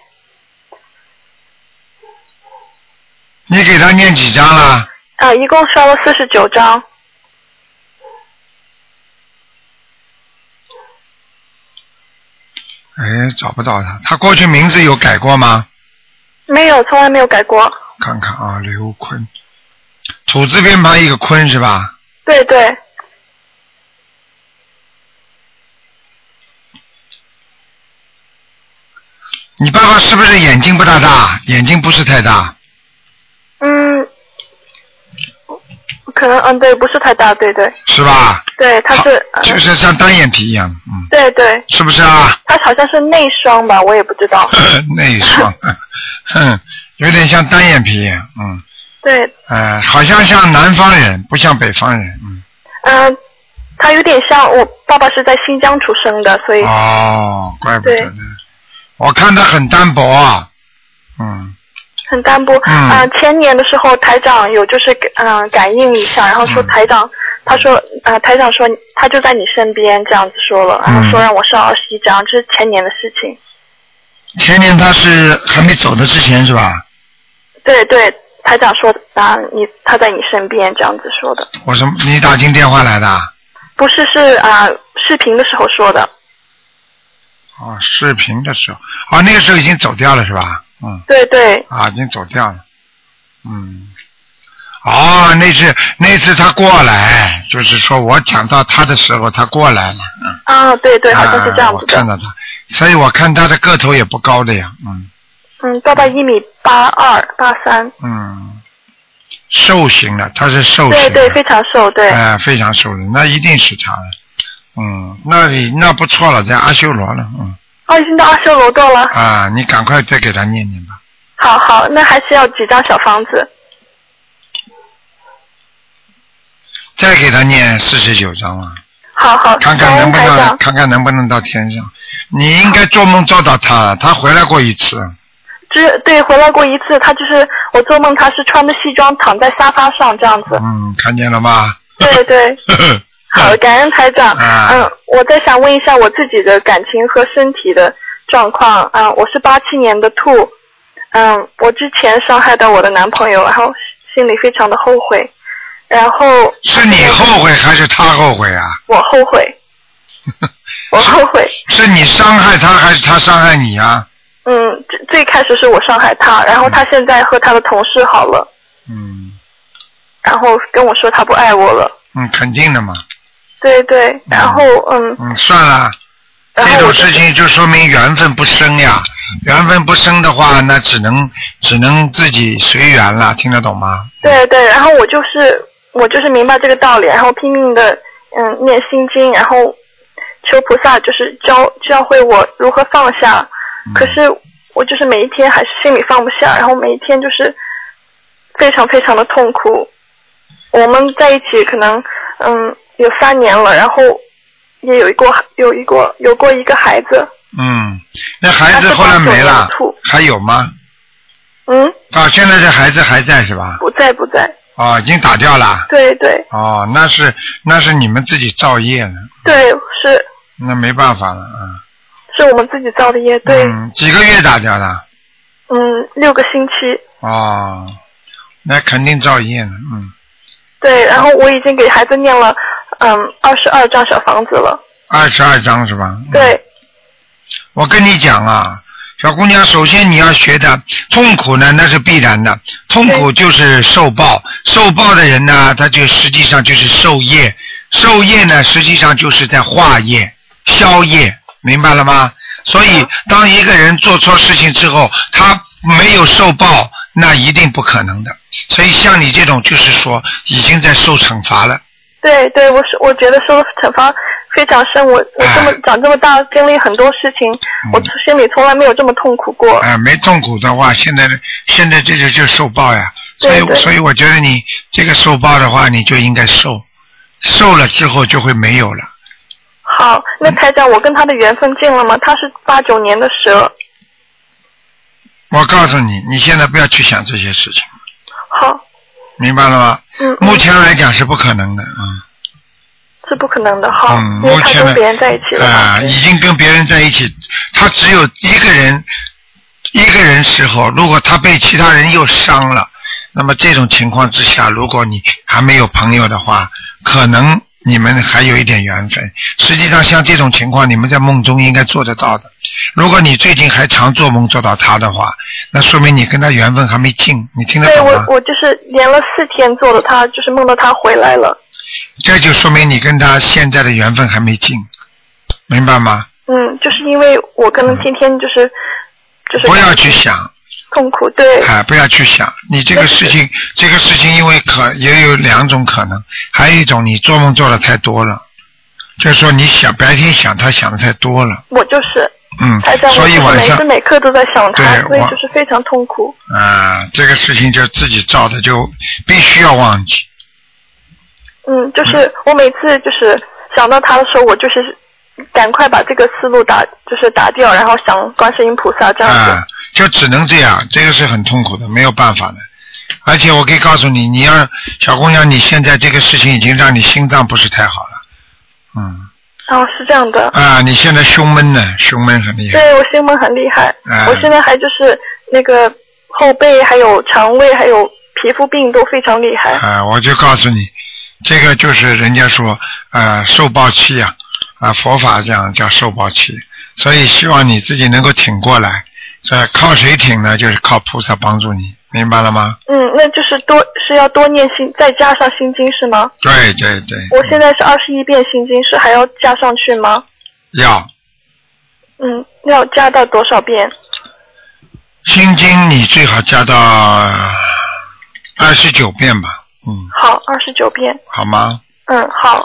[SPEAKER 1] 你给他念几张了？
[SPEAKER 2] 啊，一共烧了四十九张。
[SPEAKER 1] 哎，找不到他。他过去名字有改过吗？
[SPEAKER 2] 没有，从来没有改过。
[SPEAKER 1] 看看啊，刘坤，土字边旁一个坤是吧？
[SPEAKER 2] 对对，
[SPEAKER 1] 你爸爸是不是眼睛不大大？眼睛不是太大，
[SPEAKER 2] 嗯，可能嗯，对，不是太大，对对
[SPEAKER 1] 是吧？
[SPEAKER 2] 对，他是
[SPEAKER 1] 好
[SPEAKER 2] 呃
[SPEAKER 1] 就是像单眼皮一样，嗯，
[SPEAKER 2] 对对，
[SPEAKER 1] 是不是啊？
[SPEAKER 2] 他好像是内双吧，我也不知道。
[SPEAKER 1] 内双， 哼，有点像单眼皮，嗯，
[SPEAKER 2] 对，
[SPEAKER 1] 呃，好像像南方人，不像北方人，嗯。
[SPEAKER 2] 嗯、他有点像我爸爸是在新疆出生的，所以、
[SPEAKER 1] 哦，怪不得
[SPEAKER 2] 对
[SPEAKER 1] 呢。我看他很单薄啊。嗯，
[SPEAKER 2] 很单薄。
[SPEAKER 1] 嗯
[SPEAKER 2] 啊前年的时候台长有就是嗯、呃感应一下，然后说
[SPEAKER 1] 嗯
[SPEAKER 2] 台长。他说，呃，台长说他就在你身边，这样子说了，然后说
[SPEAKER 1] 嗯
[SPEAKER 2] 让我上二十一章，这是前年的事情。
[SPEAKER 1] 前年他是还没走的之前是吧？
[SPEAKER 2] 对对，台长说啊，你他在你身边这样子说的，
[SPEAKER 1] 我什么？你打进电话来的啊？
[SPEAKER 2] 不是是啊、视频的时候说的，
[SPEAKER 1] 哦，视频的时候，哦，那个时候已经走掉了是吧？嗯，
[SPEAKER 2] 对对
[SPEAKER 1] 啊，已经走掉了。嗯，哦，那次那次他过来，就是说我讲到他的时候，他过来了。
[SPEAKER 2] 啊对对，好像是这
[SPEAKER 1] 啊，
[SPEAKER 2] 样
[SPEAKER 1] 我
[SPEAKER 2] 子的，
[SPEAKER 1] 看到他，所以我看他的个头也不高的呀，嗯
[SPEAKER 2] 嗯，大概一米八二八三，
[SPEAKER 1] 嗯，瘦型的，他是瘦型
[SPEAKER 2] 对
[SPEAKER 1] 的，
[SPEAKER 2] 对，非常瘦，对，
[SPEAKER 1] 哎、非常瘦的，那一定是他的，嗯，那你那不错了，在阿修罗了，嗯
[SPEAKER 2] 哦，已经到阿修罗道了，
[SPEAKER 1] 啊，你赶快再给他念念吧，
[SPEAKER 2] 好好，那还需要几张小房子？
[SPEAKER 1] 再给他念四十九章啊，
[SPEAKER 2] 好好，
[SPEAKER 1] 看看
[SPEAKER 2] 感
[SPEAKER 1] 能
[SPEAKER 2] 恩
[SPEAKER 1] 不
[SPEAKER 2] 台
[SPEAKER 1] 能
[SPEAKER 2] 长，
[SPEAKER 1] 看看能不能到天上，你应该做梦做到他了，他回来过一次，
[SPEAKER 2] 只对回来过一次，他就是我做梦，他是穿着西装躺在沙发上这样子，
[SPEAKER 1] 嗯，看见了吗？
[SPEAKER 2] 对对。好，感恩台长。
[SPEAKER 1] 啊
[SPEAKER 2] 嗯，我再想问一下我自己的感情和身体的状况啊、我是八七年的兔，嗯，我之前伤害到我的男朋友，然后心里非常的后悔，然后
[SPEAKER 1] 是你后悔还是他后悔啊？
[SPEAKER 2] 我后 悔，我后悔。
[SPEAKER 1] 是你伤害他还是他伤害你啊？
[SPEAKER 2] 嗯，最最开始是我伤害他，然后他现在和他的同事好了，
[SPEAKER 1] 嗯
[SPEAKER 2] 然后跟我说他不爱我了。
[SPEAKER 1] 嗯，肯定的嘛。
[SPEAKER 2] 对对，然后嗯，
[SPEAKER 1] 嗯，算了，
[SPEAKER 2] 然
[SPEAKER 1] 这
[SPEAKER 2] 后我
[SPEAKER 1] 种
[SPEAKER 2] 就
[SPEAKER 1] 事情就说明缘分不深呀。缘分不深的话，那只能只能自己随缘了，听得懂吗？
[SPEAKER 2] 对对，然后我就是我就是明白这个道理，然后拼命的嗯念心经，然后求菩萨就是教教会我如何放下。
[SPEAKER 1] 嗯
[SPEAKER 2] 可是我就是每一天还是心里放不下，然后每一天就是非常非常的痛苦。我们在一起可能嗯有三年了，然后也有一过有一过有过一个孩子，
[SPEAKER 1] 嗯，那孩子后来没
[SPEAKER 2] 啊他是八
[SPEAKER 1] 了
[SPEAKER 2] 九年的兔，
[SPEAKER 1] 还有吗？
[SPEAKER 2] 嗯
[SPEAKER 1] 啊，现在这孩子还在是吧？
[SPEAKER 2] 不在不在，
[SPEAKER 1] 哦，已经打掉了。
[SPEAKER 2] 对对
[SPEAKER 1] 哦，那是那是你们自己造业了，
[SPEAKER 2] 对是
[SPEAKER 1] 那没办法了啊。
[SPEAKER 2] 是我们自己造的业，对
[SPEAKER 1] 嗯，几个月打掉的？
[SPEAKER 2] 嗯六个星期。
[SPEAKER 1] 哦，那肯定造业了，嗯，
[SPEAKER 2] 对，然后我已经给孩子念了，嗯，二十二张小房子了。
[SPEAKER 1] 二十二章是吧？嗯
[SPEAKER 2] 对，
[SPEAKER 1] 我跟你讲啊，小姑娘，首先你要学的痛苦呢，那是必然的，痛苦就是受报，受报的人呢，他就实际上就是受业，受业呢，实际上就是在化业、消业，明白了吗？所以，当一个人做错事情之后，他没有受报，那一定不可能的。所以，像你这种，就是说已经在受惩罚了。
[SPEAKER 2] 对对，我是我觉得受惩罚非常深，我我这
[SPEAKER 1] 哎
[SPEAKER 2] 么
[SPEAKER 1] 嗯
[SPEAKER 2] 长这么大经历很多事情，我心里从来没有这么痛苦过。
[SPEAKER 1] 哎，没痛苦的话，现在现在这就就受报呀。所以
[SPEAKER 2] 对对
[SPEAKER 1] 所以我觉得你这个受报的话，你就应该受，受了之后就会没有了。
[SPEAKER 2] 好，那
[SPEAKER 1] 嗯
[SPEAKER 2] 台长，我跟他的缘分尽了吗？他是八九年的蛇。
[SPEAKER 1] 我告诉你，你现在不要去想这些事情，
[SPEAKER 2] 好，
[SPEAKER 1] 明白了吗？
[SPEAKER 2] 嗯，
[SPEAKER 1] 目前来讲是不可能的啊。
[SPEAKER 2] 是不可能的。好，
[SPEAKER 1] 嗯
[SPEAKER 2] 因为
[SPEAKER 1] 目
[SPEAKER 2] 他
[SPEAKER 1] 前呢
[SPEAKER 2] 跟别人在一起了。
[SPEAKER 1] 啊、已经跟别人在一起，他只有一个人，一个人时候，如果他被其他人又伤了，那么这种情况之下，如果你还没有朋友的话，可能你们还有一点缘分。实际上，像这种情况，你们在梦中应该做得到的。如果你最近还常做梦做到他的话，那说明你跟他缘分还没尽，你听得
[SPEAKER 2] 对
[SPEAKER 1] 懂
[SPEAKER 2] 我
[SPEAKER 1] 吗？，
[SPEAKER 2] 我就是连了四天做的他，就是梦到他回来了。
[SPEAKER 1] 这就说明你跟他现在的缘分还没尽，明白吗？
[SPEAKER 2] 嗯，就是因为我可能天天就是、就
[SPEAKER 1] 嗯
[SPEAKER 2] 是
[SPEAKER 1] 不要去想，
[SPEAKER 2] 痛苦，对。
[SPEAKER 1] 啊，不要去想，你这个事情，这个事情因为可也有两种可能，还有一种你做梦做的太多了，就是说你想白天想他想的太多了，
[SPEAKER 2] 我就是，
[SPEAKER 1] 嗯
[SPEAKER 2] 台长，，我
[SPEAKER 1] 所以
[SPEAKER 2] 就是
[SPEAKER 1] 晚
[SPEAKER 2] 每
[SPEAKER 1] 上
[SPEAKER 2] 时每刻都在想他，
[SPEAKER 1] 对
[SPEAKER 2] 所以
[SPEAKER 1] 我
[SPEAKER 2] 就是非常痛苦。
[SPEAKER 1] 啊，这个事情就自己造的，就必须要忘记，
[SPEAKER 2] 嗯，就是我每次就是想到他的时候，我就是赶快把这个思路打，就是打掉，然后想观世音菩萨这样子。
[SPEAKER 1] 啊，就只能这样，这个是很痛苦的，没有办法的。而且我可以告诉你，你要小姑娘，你现在这个事情已经让你心脏不是太好了，嗯，
[SPEAKER 2] 哦，是这样的。
[SPEAKER 1] 啊，你现在胸闷呢，胸闷很厉害。
[SPEAKER 2] 对我胸闷很厉害，
[SPEAKER 1] 啊
[SPEAKER 2] 我现在还就是那个后背还有肠胃还有皮肤病都非常厉害。
[SPEAKER 1] 啊，我就告诉你，这个就是人家说啊受报气呀、啊，佛法讲叫受报气，所以希望你自己能够挺过来。这靠谁挺呢？就是靠菩萨帮助你，明白了吗？
[SPEAKER 2] 嗯，那就是多是要多念心，再加上心经是吗？
[SPEAKER 1] 对对对，
[SPEAKER 2] 我现在是二十一遍心经，是还要加上去吗？
[SPEAKER 1] 要
[SPEAKER 2] 嗯，要加到多少遍？
[SPEAKER 1] 心经你最好加到二十九遍吧，嗯，
[SPEAKER 2] 好，二十九遍。
[SPEAKER 1] 好吗？
[SPEAKER 2] 嗯，好。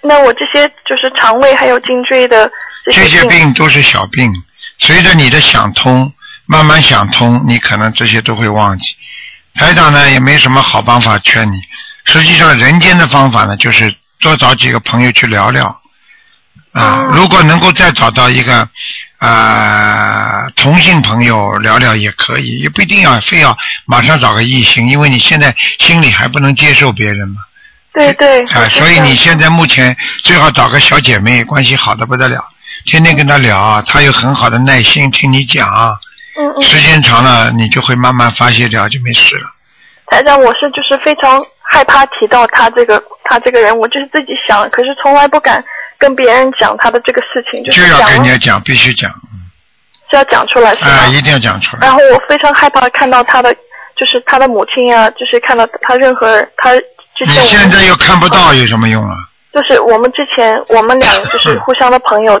[SPEAKER 2] 那我这些就是肠胃还有颈椎的这
[SPEAKER 1] 这
[SPEAKER 2] 些
[SPEAKER 1] 些病都是小病，随着你的想通，慢慢想通，你可能这些都会忘记。台长呢也没什么好方法劝你，实际上人间的方法呢，就是多找几个朋友去聊聊。啊、
[SPEAKER 2] 哦
[SPEAKER 1] 如果能够再找到一个啊、呃同性朋友聊聊也可以，也不一定要非要马上找个异性，因为你现在心里还不能接受别人嘛。
[SPEAKER 2] 对对。
[SPEAKER 1] 啊，
[SPEAKER 2] 我知
[SPEAKER 1] 所以
[SPEAKER 2] 道
[SPEAKER 1] 你现在目前最好找个小姐妹，关系好的不得了，天天跟她聊，啊她有很好的耐心听你讲，啊
[SPEAKER 2] 嗯嗯，
[SPEAKER 1] 时间长了你就会慢慢发泄掉，就没事了。
[SPEAKER 2] 台长，我是就是非常害怕提到他这个他这个人，我就是自己想，可是从来不敢跟别人讲他的这个事情，嗯就是
[SPEAKER 1] 就要
[SPEAKER 2] 讲
[SPEAKER 1] 跟人
[SPEAKER 2] 了
[SPEAKER 1] 家讲，必须讲，
[SPEAKER 2] 是要讲出来是
[SPEAKER 1] 啊，
[SPEAKER 2] 吗？
[SPEAKER 1] 一定要讲出来
[SPEAKER 2] 然。后我非常害怕看到他的，就是他的母亲啊，就是看到他任何人，他之
[SPEAKER 1] 你
[SPEAKER 2] 前我
[SPEAKER 1] 现
[SPEAKER 2] 们
[SPEAKER 1] 在又看不到，有什么用啊？
[SPEAKER 2] 就是我们之前我们俩就是互相的朋友，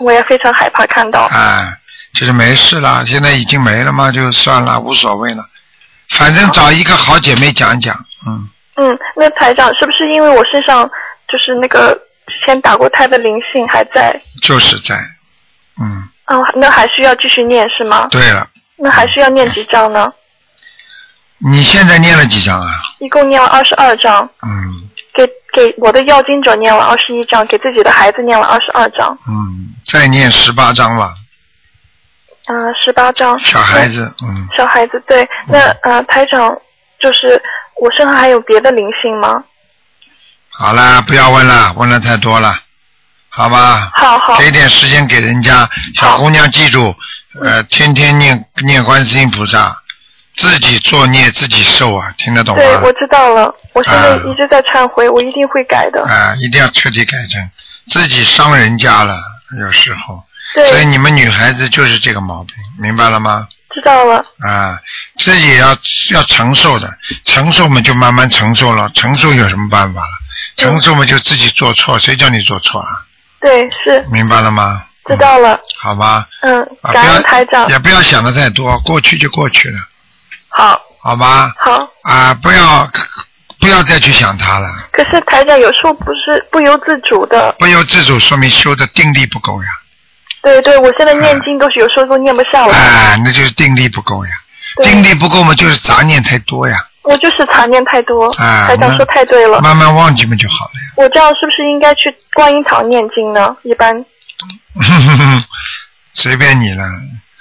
[SPEAKER 2] 我也非常害怕看到。
[SPEAKER 1] 啊，就是没事了，现在已经没了嘛，就算了，无所谓了。反正找一个好姐妹讲一讲，嗯，
[SPEAKER 2] 嗯，那台长是不是因为我身上就是那个之前打过胎的灵性还在？
[SPEAKER 1] 就是在，嗯，
[SPEAKER 2] 嗯，那还需要继续念是吗？
[SPEAKER 1] 对了，
[SPEAKER 2] 那还需要念几章呢？
[SPEAKER 1] 你现在念了几章啊？
[SPEAKER 2] 一共念了二十二章，
[SPEAKER 1] 嗯，
[SPEAKER 2] 给给我的要经者念了二十一章，给自己的孩子念了二十二章，
[SPEAKER 1] 嗯，再念十八章吧，
[SPEAKER 2] 嗯、十八章。
[SPEAKER 1] 小孩子，嗯，
[SPEAKER 2] 那。小孩子对，那呃，台长就是我身上还有别的灵性吗？
[SPEAKER 1] 好啦，不要问了，问了太多了，好吧？
[SPEAKER 2] 好好，
[SPEAKER 1] 给点时间给人家，小姑娘记住，
[SPEAKER 2] 嗯
[SPEAKER 1] 呃，天天念念观世音菩萨，自己作孽自己受啊，听得懂吗？
[SPEAKER 2] 对，我知道了，我现在
[SPEAKER 1] 啊
[SPEAKER 2] 一直在忏悔，我一定会改的。
[SPEAKER 1] 啊，一定要彻底改正，自己伤人家了，有时候，所以
[SPEAKER 2] 对，
[SPEAKER 1] 你们女孩子就是这个毛病，明白了吗？
[SPEAKER 2] 知道了，
[SPEAKER 1] 啊，自己要要承受的，承受嘛就慢慢承受了，承受有什么办法了？承受嘛就自己做错，谁叫你做错了？
[SPEAKER 2] 对，是
[SPEAKER 1] 明白了吗？
[SPEAKER 2] 知
[SPEAKER 1] 嗯、
[SPEAKER 2] 道了，
[SPEAKER 1] 好吧，
[SPEAKER 2] 嗯，
[SPEAKER 1] 啊，
[SPEAKER 2] 感恩台
[SPEAKER 1] 不要
[SPEAKER 2] 长，
[SPEAKER 1] 也不要想的太多，过去就过去了，
[SPEAKER 2] 好，
[SPEAKER 1] 好吧？
[SPEAKER 2] 好。
[SPEAKER 1] 啊，不要不要再去想它了，
[SPEAKER 2] 可是台长有时候不是不由自主的，
[SPEAKER 1] 不由自主说明修的定力不够呀，
[SPEAKER 2] 对对，我现在念经都是有时候都念不下来，
[SPEAKER 1] 啊，那就是定力不够呀，
[SPEAKER 2] 哦对
[SPEAKER 1] 定力不够嘛就是杂念太多呀，
[SPEAKER 2] 我就是杂念太多。
[SPEAKER 1] 啊
[SPEAKER 2] 台长
[SPEAKER 1] 那
[SPEAKER 2] 说太对了，
[SPEAKER 1] 慢慢忘记嘛就好了呀。
[SPEAKER 2] 我这样是不是应该去观音堂念经呢？一般
[SPEAKER 1] 随便你了。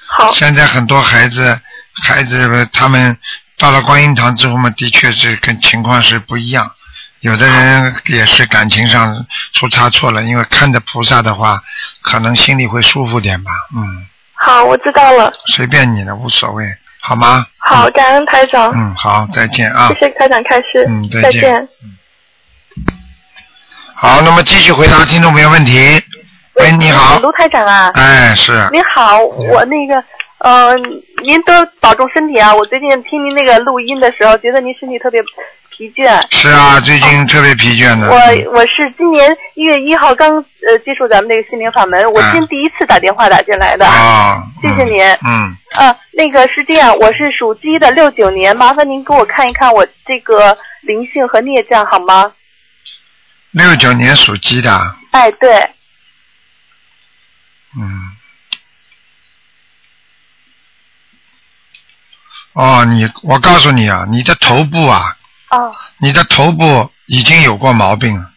[SPEAKER 2] 好，
[SPEAKER 1] 现在很多孩子，孩子他们到了观音堂之后嘛，的确是跟情况是不一样。有的人也是感情上出差错了，因为看着菩萨的话，可能心里会舒服点吧。嗯，
[SPEAKER 2] 好，我知道了。
[SPEAKER 1] 随便你了，无所谓，好吗？
[SPEAKER 2] 好，感恩台长，
[SPEAKER 1] 嗯，好，再见啊
[SPEAKER 2] 谢。谢台长开示，
[SPEAKER 1] 嗯再
[SPEAKER 2] 再
[SPEAKER 1] 见好，那么继续回答听众朋友问题。喂，你好。
[SPEAKER 4] 卢台长啊，
[SPEAKER 1] 哎，是。
[SPEAKER 4] 您好，我那个，呃，您多保重身体啊！我最近听您那个录音的时候，觉得您身体特别疲倦。
[SPEAKER 1] 是啊，最近特别疲倦嗯的。
[SPEAKER 4] 我我是今年一月一号刚呃接触咱们这个心灵法门，我今
[SPEAKER 1] 嗯
[SPEAKER 4] 第一次打电话打进来的。
[SPEAKER 1] 啊。
[SPEAKER 4] 谢谢
[SPEAKER 1] 嗯
[SPEAKER 4] 您
[SPEAKER 1] 嗯。
[SPEAKER 4] 啊，那个是这样，我是属鸡的，六九年，麻烦您给我看一看我这个灵性和孽障好吗？
[SPEAKER 1] 六九年属鸡的啊，
[SPEAKER 4] 哎，对，
[SPEAKER 1] 嗯。哦，你我告诉你啊，你的头部啊，
[SPEAKER 4] 哦
[SPEAKER 1] 你的头部已经有过毛病了。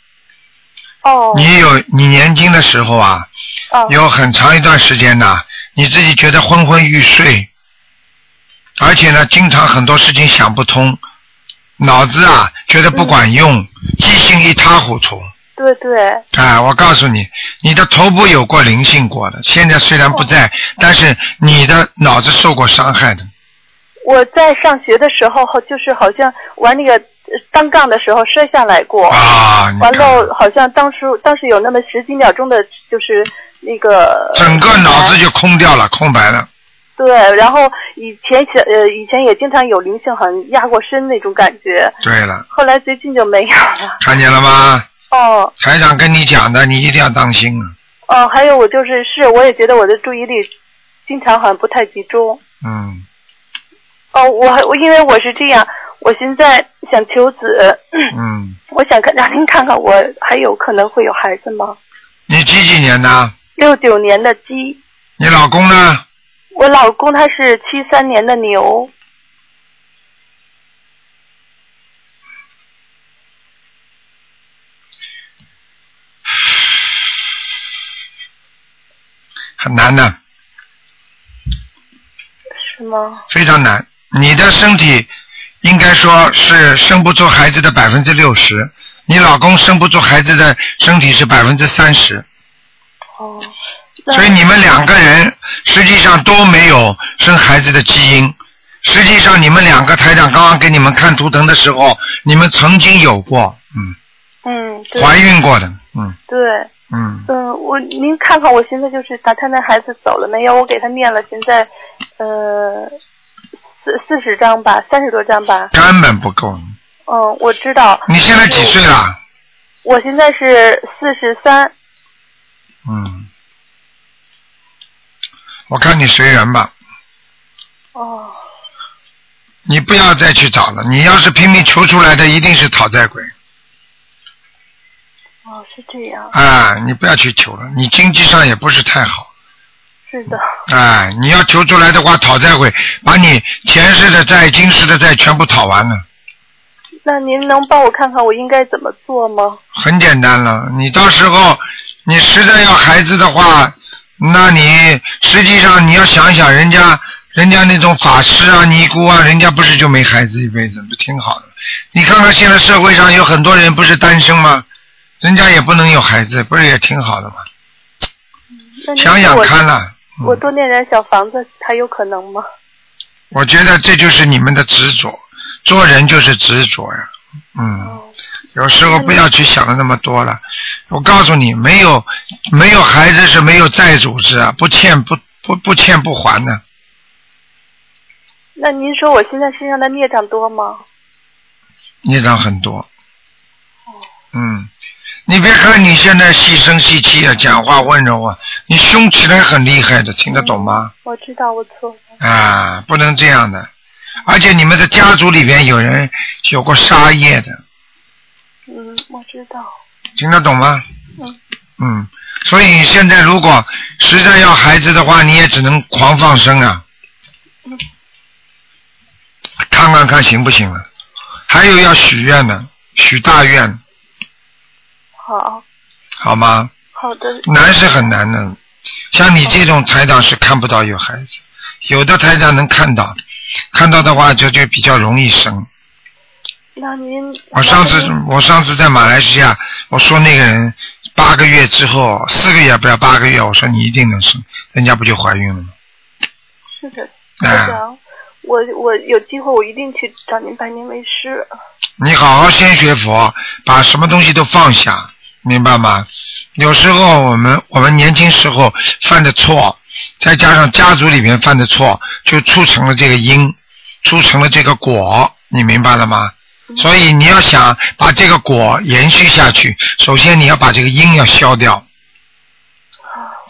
[SPEAKER 4] 哦
[SPEAKER 1] 你有你年轻的时候啊，
[SPEAKER 4] 哦
[SPEAKER 1] 有很长一段时间呐、你自己觉得昏昏欲睡，而且呢，经常很多事情想不通，脑子啊觉得不管用，记性一塌糊涂。
[SPEAKER 2] 对对，
[SPEAKER 1] 啊，我告诉你，你的头部有过灵性过的，现在虽然不
[SPEAKER 2] 哦
[SPEAKER 1] 在，但是你的脑子受过伤害的。
[SPEAKER 2] 我在上学的时候，好就是好像玩那个呃单杠的时候摔下来过，
[SPEAKER 1] 啊，你
[SPEAKER 2] 哦完
[SPEAKER 1] 看，
[SPEAKER 2] 了好呃像当时当时有那么十几秒钟的，就是那个呃
[SPEAKER 1] 整个脑子就空掉了，空白了。
[SPEAKER 2] 对，然后以前前呃以前也经常有灵性，好像压过身那种感觉，
[SPEAKER 1] 对了，
[SPEAKER 2] 后来最近就没有了。
[SPEAKER 1] 看见了吗？
[SPEAKER 2] 哦
[SPEAKER 1] 台长跟你讲的，你一定要当心啊。
[SPEAKER 2] 哦，还有我就是是我也觉得我的注意力经常好像不太集中。
[SPEAKER 1] 嗯，
[SPEAKER 2] 哦，我还我因为我是这样，我现在想求子，
[SPEAKER 1] 嗯，
[SPEAKER 2] 我想看让您看看我还有可能会有孩子吗？
[SPEAKER 1] 你几几年的？
[SPEAKER 2] 六九年的鸡，
[SPEAKER 1] 你老公呢？
[SPEAKER 2] 我老公他是七三年的牛，
[SPEAKER 1] 很难的，
[SPEAKER 2] 是吗？
[SPEAKER 1] 非常难。你的身体应该说是生不出孩子的百分之六十，你老公生不出孩子的身体是百分之三十，
[SPEAKER 2] 哦，那
[SPEAKER 1] 所以你们两个人实际上都没有生孩子的基因。实际上，你们两个台长刚刚给你们看图腾的时候，你们曾经有过，嗯，
[SPEAKER 2] 嗯，对
[SPEAKER 1] 怀孕过的，嗯
[SPEAKER 2] 对，
[SPEAKER 1] 嗯，
[SPEAKER 2] 嗯，我您看看我现在就是打他那孩子走了没有？我给他念了，现在呃四四十张吧，三十多张吧。
[SPEAKER 1] 根本不够。
[SPEAKER 2] 嗯，我知道。
[SPEAKER 1] 你现在几岁了？
[SPEAKER 2] 我现在是四十三。
[SPEAKER 1] 嗯，我看你随缘吧，
[SPEAKER 2] 哦，
[SPEAKER 1] 你不要再去找了。你要是拼命求出来的，一定是讨债鬼
[SPEAKER 2] 哦，是这样。
[SPEAKER 1] 啊！你不要去求了，你经济上也不是太好
[SPEAKER 2] 是的。
[SPEAKER 1] 啊。你要求出来的话，讨债鬼把你前世的债、今世的债全部讨完了，
[SPEAKER 2] 那您能帮我看看我应该怎么做吗？
[SPEAKER 1] 很简单了。你到时候你实在要孩子的话，那你实际上你要想想人家。人家那种法师啊、尼姑啊，人家不是就没孩子一辈子，不挺好的？你看看现在社会上有很多人不是单身吗？人家也不能有孩子，不是也挺好的吗？
[SPEAKER 2] 那您
[SPEAKER 1] 想想
[SPEAKER 2] 我
[SPEAKER 1] 看啦。嗯
[SPEAKER 2] 我多念点小房子还有可能吗？
[SPEAKER 1] 我觉得这就是你们的执着，做人就是执着呀。嗯，
[SPEAKER 2] 哦，
[SPEAKER 1] 有时候不要去想的那么多了。我告诉你，没有没有孩子是没有债主制啊，不欠不不不欠不还的、
[SPEAKER 2] 那您说我现在身上的孽障多吗？
[SPEAKER 1] 孽障很多。嗯，你别看你现在细声细气啊，讲话温柔啊，你凶起来很厉害的，听得懂吗？
[SPEAKER 2] 我知道我错了。
[SPEAKER 1] 啊，不能这样的。而且你们的家族里边有人有过杀业的，
[SPEAKER 2] 嗯，我知道。
[SPEAKER 1] 听得懂吗？
[SPEAKER 2] 嗯。
[SPEAKER 1] 嗯，所以现在如果实在要孩子的话，你也只能狂放生啊，看看看行不行啊？还有要许愿呢，许大愿，
[SPEAKER 2] 好，
[SPEAKER 1] 好吗？
[SPEAKER 2] 好的。
[SPEAKER 1] 难是很难的，像你这种台长是看不到有孩子，有的台长能看到，看到的话就就比较容易生。
[SPEAKER 2] 那您
[SPEAKER 1] 我上次
[SPEAKER 2] 那您
[SPEAKER 1] 我上次在马来西亚，我说那个人八个月之后，四个月不要八个月，我说你一定能生，人家不就怀孕了吗？
[SPEAKER 2] 是的，台
[SPEAKER 1] 哎，
[SPEAKER 2] 长，我我有机会我一定去找您拜您为师。
[SPEAKER 1] 你好好先学佛，把什么东西都放下，明白吗？有时候我们我们年轻时候犯的错，再加上家族里面犯的错，就促成了这个因，促成了这个果，你明白了吗？所以你要想把这个果延续下去，首先你要把这个因要消掉，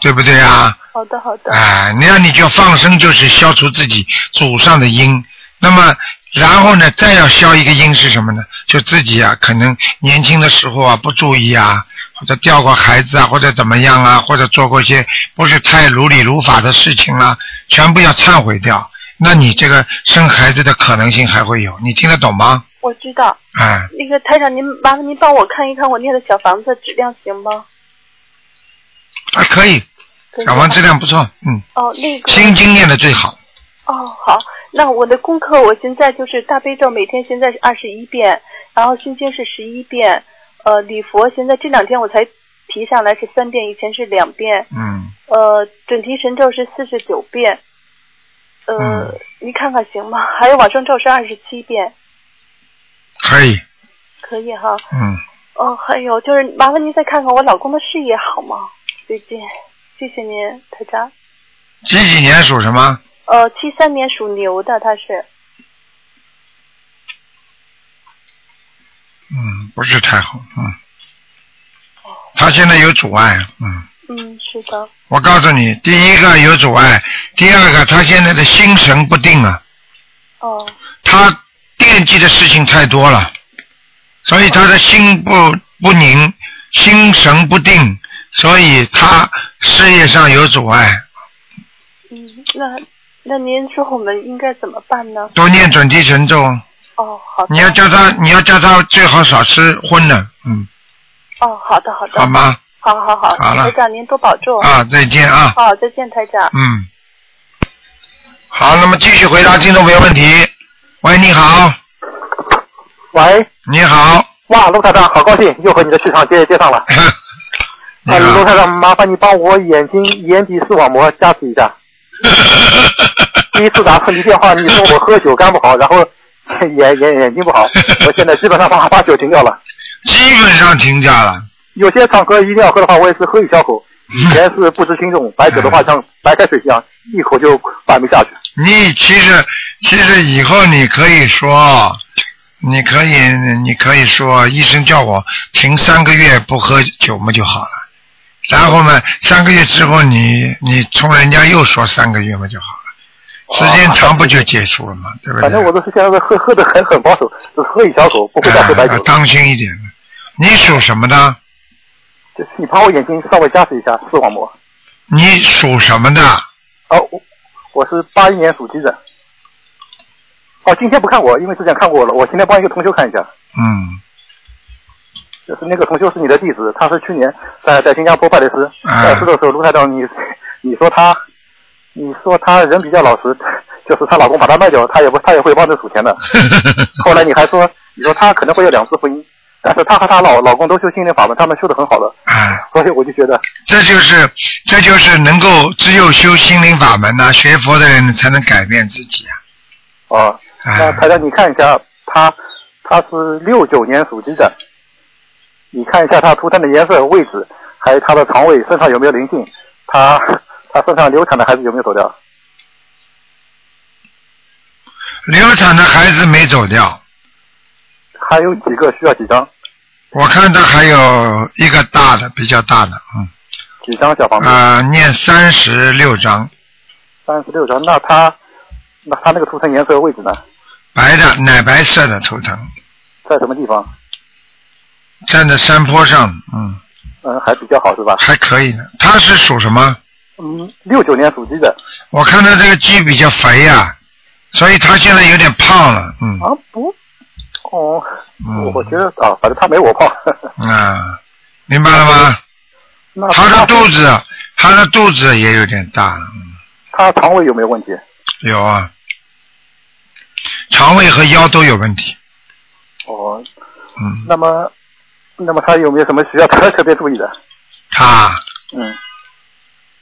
[SPEAKER 1] 对不对啊？
[SPEAKER 2] 好的，好的，
[SPEAKER 1] 哎，那样你就放生，就是消除自己祖上的因。那么，然后呢，再要消一个因是什么呢？就自己啊，可能年轻的时候啊不注意啊，或者掉过孩子啊，或者怎么样啊，或者做过一些不是太如理如法的事情啊，全部要忏悔掉。那你这个生孩子的可能性还会有，你听得懂吗？
[SPEAKER 2] 我知道。
[SPEAKER 1] 哎，
[SPEAKER 2] 那个台长，您麻烦您帮我看一看我念的小房子质量行吗？
[SPEAKER 1] 还啊可以，
[SPEAKER 2] 可以
[SPEAKER 1] 小
[SPEAKER 2] 吗
[SPEAKER 1] 王质量不错，嗯，
[SPEAKER 2] 哦，那个
[SPEAKER 1] 心经念的最好，
[SPEAKER 2] 哦，好，那我的功课我现在就是大悲咒每天现在是二十一遍，然后心经是十一遍，
[SPEAKER 4] 呃，礼佛现在这两天我才提上来是三遍，以前是两遍。
[SPEAKER 1] 嗯，
[SPEAKER 4] 呃，准提神咒是四十九遍。呃，
[SPEAKER 1] 嗯
[SPEAKER 4] 你看看行吗？ 还有往生咒是二十七遍，
[SPEAKER 1] 可以，
[SPEAKER 4] 可以哈。
[SPEAKER 1] 嗯，
[SPEAKER 4] 哦，还有就是麻烦您再看看我老公的事业好吗？最近，谢谢您，台长。
[SPEAKER 1] 几几年属什么？
[SPEAKER 4] 呃，七三年属牛的他是，
[SPEAKER 1] 嗯，不是太好，嗯，他现在有阻碍，嗯，
[SPEAKER 4] 嗯，是的，
[SPEAKER 1] 我告诉你，第一个有阻碍，第二个他现在的心神不定啊，
[SPEAKER 4] 哦，
[SPEAKER 1] 他惦记的事情太多了，所以他的心不不宁，心神不定，所以他事业上有阻碍。
[SPEAKER 4] 嗯，那那您说我们应该怎么办呢？
[SPEAKER 1] 多念准提神咒，
[SPEAKER 4] 哦，好的
[SPEAKER 1] 你，要叫他，你要叫他最好少吃荤的，嗯，
[SPEAKER 4] 哦，好的，好的，
[SPEAKER 1] 好吗？
[SPEAKER 4] 好好好，
[SPEAKER 1] 好了
[SPEAKER 4] 台长您多保重，
[SPEAKER 1] 啊，再见啊。
[SPEAKER 4] 好，再见，台长。
[SPEAKER 1] 嗯，好，那么继续回答听众朋友问题。喂，你好，
[SPEAKER 5] 喂，
[SPEAKER 1] 你好，
[SPEAKER 5] 哇，卢台长，好高兴又和你的气场接接上了。
[SPEAKER 1] 你
[SPEAKER 5] 哎，卢
[SPEAKER 1] 好，
[SPEAKER 5] 台长，麻烦你帮我眼睛眼底视网膜加持一下。第一次打通你电话，你说我喝酒肝不好，然后眼眼眼睛不好，我现在基本上把把酒停掉了。
[SPEAKER 1] 基本上停架了。
[SPEAKER 5] 有些场合一定要喝的话，我也是喝一小口。以前是不知轻重，白酒的话像白开水一样，一口就半杯下去。
[SPEAKER 1] 你其实其实以后你可以说，你可以你可以说，医生叫我停三个月不喝酒嘛就好了。然后嘛，三个月之后你你从人家又说三个月嘛就好了，时间长不就结束了嘛，对不对？
[SPEAKER 5] 反正我都是现在喝喝的很很保守，只喝一小口，不会再喝白
[SPEAKER 1] 啊
[SPEAKER 5] 酒。
[SPEAKER 1] 当心一点。你属什么的？
[SPEAKER 5] 就是你帮我眼睛稍微加持一下视网膜。
[SPEAKER 1] 你属什么的？
[SPEAKER 5] 哦，我我是八一年属鸡的。哦，今天不看我，因为之前看过了。我今天帮一个同修看一下，
[SPEAKER 1] 嗯
[SPEAKER 5] 就是那个同修是你的弟子，他是去年在在新加坡拜的师。
[SPEAKER 1] 啊
[SPEAKER 5] 拜师的时候，卢台长，你你说他，你说他人比较老实，就是她老公把她卖掉，她也不她也会帮着数钱的。后来你还说，你说她可能会有两次婚姻，但是她和她老老公都修心灵法门，他们修的很好的，
[SPEAKER 1] 啊，
[SPEAKER 5] 所以我就觉得，
[SPEAKER 1] 这就是这就是能够只有修心灵法门呐、学佛的人才能改变自己啊。
[SPEAKER 5] 啊、那
[SPEAKER 1] 啊
[SPEAKER 5] 台长，你看一下他，他是六九年属鸡的，你看一下他图腾的颜色、位置，还有他的肠胃，身上有没有灵性？他 他身上流产的孩子有没有走掉？
[SPEAKER 1] 流产的孩子没走掉，
[SPEAKER 5] 还有几个需要几张？
[SPEAKER 1] 我看他还有一个大的，比较大的，嗯
[SPEAKER 5] 几张小房子？
[SPEAKER 1] 啊、念三十六章，
[SPEAKER 5] 三十六张。那他那他那个图腾颜色、位置呢？
[SPEAKER 1] 白的奶白色的头疼，
[SPEAKER 5] 在什么地方？
[SPEAKER 1] 站在山坡上，嗯，
[SPEAKER 5] 嗯，还比较好是吧？
[SPEAKER 1] 还可以呢。他是属什么？
[SPEAKER 5] 嗯，六九年属鸡的
[SPEAKER 1] 我看他这个鸡比较肥呀、所以他现在有点胖了，嗯
[SPEAKER 5] 啊不，哦，
[SPEAKER 1] 嗯
[SPEAKER 5] 我觉得啊，反正他没我胖。
[SPEAKER 1] 啊，明白了吗？
[SPEAKER 5] 那
[SPEAKER 1] 他的肚子，他的肚子也有点大了，嗯
[SPEAKER 5] 他肠胃有没有问题？
[SPEAKER 1] 有啊，肠胃和腰都有问题，
[SPEAKER 5] 哦，
[SPEAKER 1] 嗯，
[SPEAKER 5] 那么，那么他有没有什么需要特特别注意的？
[SPEAKER 1] 他
[SPEAKER 5] 嗯，
[SPEAKER 1] 啊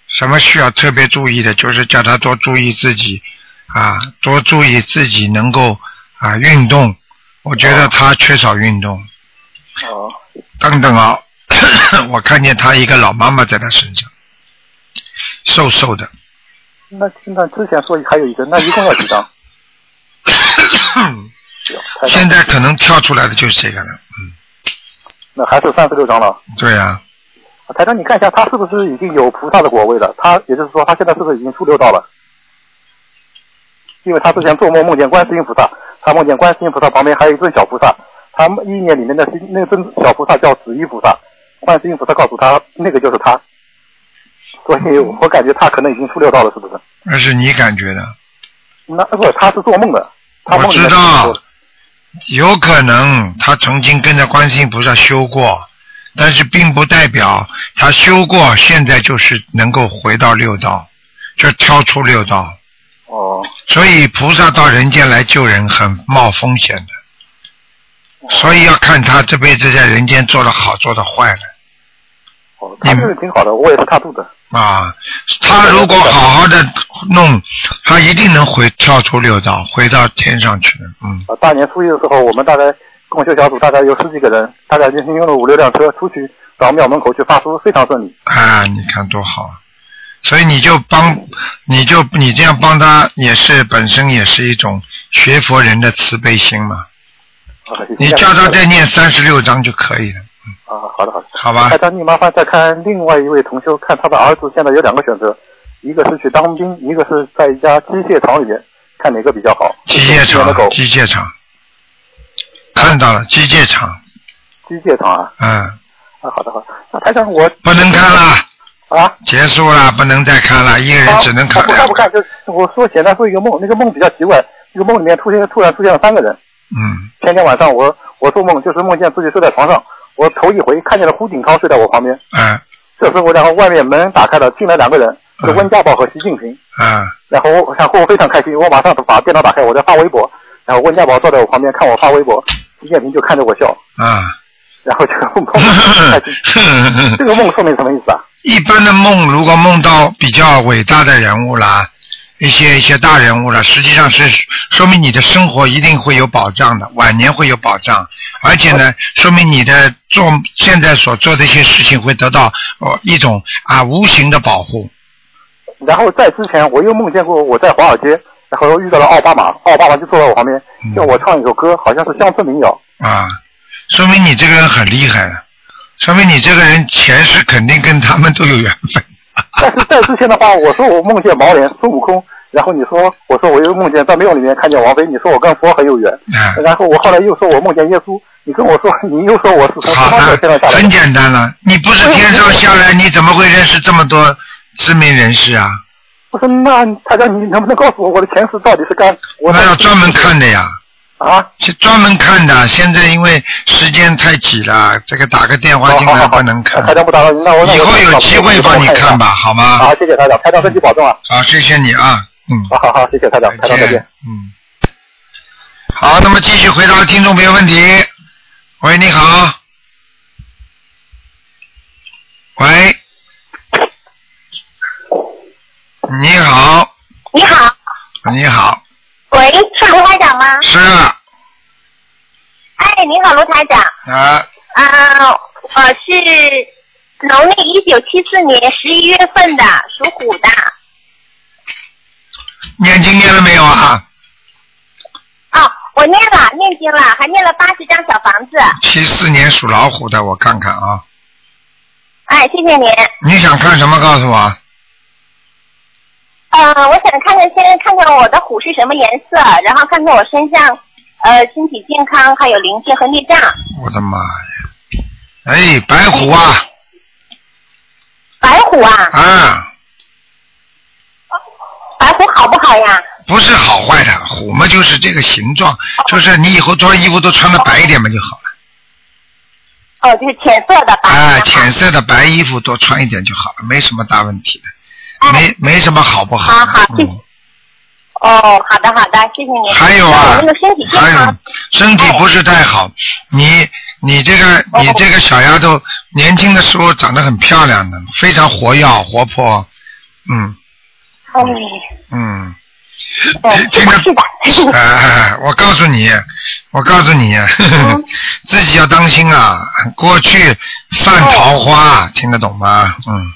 [SPEAKER 1] 什么需要特别注意的，就是叫他多注意自己啊，多注意自己能够啊运动。我觉得他缺少运动。
[SPEAKER 5] 哦，
[SPEAKER 1] 等等啊， 我看见他一个老妈妈在他身上，瘦瘦的，
[SPEAKER 5] 那那之前说还有一个，那一共要几张？太大
[SPEAKER 1] 现在可能跳出来的就是这个了。
[SPEAKER 5] 那还是三十六张了。啊
[SPEAKER 1] 对啊呀、
[SPEAKER 5] 台长，你看一下他是不是已经有菩萨的果位了？他也就是说，他现在是不是已经出六道了？因为他之前做梦梦见观世音菩萨，他梦见观世音菩萨旁边还有一尊小菩萨，他意念里面的那尊小菩萨叫紫衣菩萨，观世音菩萨告诉他那个就是他，所以我感觉他可能已经出六道了，是不是？
[SPEAKER 1] 那是你感觉的，
[SPEAKER 5] 那呃不，他是做梦的，他
[SPEAKER 1] 我
[SPEAKER 5] 梦里
[SPEAKER 1] 知
[SPEAKER 5] 面
[SPEAKER 1] 道
[SPEAKER 5] 做的，
[SPEAKER 1] 有可能他曾经跟着观世音菩萨修过，但是并不代表他修过，现在就是能够回到六道，就跳出六道。
[SPEAKER 5] 哦，
[SPEAKER 1] 所以菩萨到人间来救人很冒风险的，所以要看他这辈子在人间做的好，做的坏了。
[SPEAKER 5] 哦，他这是挺好的，我也是他度的。
[SPEAKER 1] 啊，他如果好好的弄，他一定能回跳出六道，回到天上去的。嗯，
[SPEAKER 5] 啊，大年初一的时候，我们大概共修小组大概有十几个人，大概一共用了五六辆车出去到庙门口去发书，非常顺利。
[SPEAKER 1] 啊，你看多好啊！所以你就帮，你就你这样帮他，也是本身也是一种学佛人的慈悲心嘛。
[SPEAKER 5] 啊
[SPEAKER 1] 你叫他再念三十六章就可以了，
[SPEAKER 5] 啊，好的好的。
[SPEAKER 1] 好吧
[SPEAKER 5] 台？长，你麻烦再看另外一位同修，看他的儿子现在有两个选择，一个是去当兵，一个是在一家机械厂里面，看哪个比较好。
[SPEAKER 1] 机械
[SPEAKER 5] 这是我的狗
[SPEAKER 1] 厂，，机械厂，看到了，机械厂，
[SPEAKER 5] 机械厂啊，
[SPEAKER 1] 嗯，
[SPEAKER 5] 啊，好的好的。那台长我
[SPEAKER 1] 不能看了，
[SPEAKER 5] 啊，
[SPEAKER 1] 结束了，不能再看了，一个人只能看
[SPEAKER 5] 啊不
[SPEAKER 1] 两个
[SPEAKER 5] 看不看，就是我说简单说一个梦，那个梦比较奇怪，那个梦里面出现突然出现了三个人。
[SPEAKER 1] 嗯，
[SPEAKER 5] 前天晚上我我做梦，就是梦见自己睡在床上，我头一回看见了胡锦涛睡在我旁边。
[SPEAKER 1] 嗯，
[SPEAKER 5] 这时候，然后外面门打开了，进来两个人，是温家宝和习近平。
[SPEAKER 1] 嗯，
[SPEAKER 5] 然后我然后我非常开心，我马上把电脑打开，我在发微博。然后温家宝坐在我旁边看我发微博，习近平就看着我笑，
[SPEAKER 1] 啊，
[SPEAKER 5] 然后就 梦开 心。这个梦说明什么意思啊？
[SPEAKER 1] 一般的梦，如果梦到比较伟大的人物啦，一些一些大人物啦，实际上是说明你的生活一定会有保障的，晚年会有保障，而且呢，说明你的做现在所做的一些事情会得到哦一种啊无形的保护。
[SPEAKER 5] 然后在之前我又梦见过我在华尔街，然后遇到了奥巴马，奥巴马就坐在我旁边
[SPEAKER 1] 嗯
[SPEAKER 5] 叫我唱一首歌，好像是乡村民谣。
[SPEAKER 1] 啊，说明你这个人很厉害了，说明你这个人前世肯定跟他们都有缘分。
[SPEAKER 5] 但是在之前的话，我说我梦见毛脸孙悟空，然后你说我说我又梦见在庙里面看见王菲，你说我跟佛很有缘，
[SPEAKER 1] 啊，
[SPEAKER 5] 然后我后来又说我梦见耶稣，你跟我说你又说我是从
[SPEAKER 1] 好
[SPEAKER 5] 天上天上下
[SPEAKER 1] 的，
[SPEAKER 5] 来
[SPEAKER 1] 很
[SPEAKER 5] 的，
[SPEAKER 1] 简单了，你不是天上下来，你怎么会认识这么多知名人士啊？
[SPEAKER 5] 我说那他让你能不能告诉我我的前世到底是干？我
[SPEAKER 1] 那要专门看的呀，
[SPEAKER 5] 啊，
[SPEAKER 1] 是专门看的。现在因为时间太挤了，这个打个电话进
[SPEAKER 5] 哦好好
[SPEAKER 1] 来
[SPEAKER 5] 好啊
[SPEAKER 1] 不能看。
[SPEAKER 5] 台长不打扰您，那我那
[SPEAKER 1] 以
[SPEAKER 5] 我
[SPEAKER 1] 后有机会帮你看吧，。啊好吗？
[SPEAKER 5] 好，谢谢台长，台长身体保重啊！
[SPEAKER 1] 好，谢谢你啊，嗯。
[SPEAKER 5] 好好好，谢谢台长，台长再见。。
[SPEAKER 1] 嗯。好，那么继续回答听众朋友问题。喂，你好。喂。你好，
[SPEAKER 3] 你好，
[SPEAKER 1] 你好，
[SPEAKER 3] 喂，是卢台长吗？
[SPEAKER 1] 是啊，
[SPEAKER 3] 哎，你好，卢台长，
[SPEAKER 1] 啊
[SPEAKER 3] 啊、我是农历一九七四年十一月份的，属虎的。
[SPEAKER 1] 念经念了没有啊？
[SPEAKER 3] 哦，我念了，念经了，还念了八十张小房子。
[SPEAKER 1] 七四年属老虎的，我看看啊，
[SPEAKER 3] 哎，谢谢您。
[SPEAKER 1] 你想看什么？告诉我。
[SPEAKER 3] 呃，我想看看先看看我的虎是什么颜色，然后看看我身上，呃，身体健康，还有灵性和孽障。
[SPEAKER 1] 我的妈呀！哎，白虎啊，
[SPEAKER 3] 白虎啊，
[SPEAKER 1] 啊，
[SPEAKER 3] 白虎好不好呀？
[SPEAKER 1] 不是好坏的，虎嘛就是这个形状，就是你以后穿衣服都穿的白一点嘛就好了。
[SPEAKER 3] 哦，就是浅色的白。
[SPEAKER 1] 啊，浅色的白衣服多穿一点就好了，没什么大问题的，
[SPEAKER 3] 哎
[SPEAKER 1] 没没什么好不好的
[SPEAKER 3] 好好
[SPEAKER 1] 嗯，
[SPEAKER 3] 哦，好的好的，谢谢您。
[SPEAKER 1] 还有啊
[SPEAKER 3] 那我那个身体，健
[SPEAKER 1] 还
[SPEAKER 3] 康哎
[SPEAKER 1] 有，身体不是太好，你你这个你这个小丫头年轻的时候长得很漂亮的，非常活跃活泼，嗯
[SPEAKER 3] 嗯，
[SPEAKER 1] 嗯。
[SPEAKER 3] 嗯
[SPEAKER 1] 这
[SPEAKER 3] 是
[SPEAKER 1] 个
[SPEAKER 3] 的，是的，
[SPEAKER 1] 哎，我告诉你，我告诉你，呵
[SPEAKER 3] 哦
[SPEAKER 1] 呵 自己要当心啊！过去犯桃花，
[SPEAKER 3] 哦
[SPEAKER 1] 听得懂吗？嗯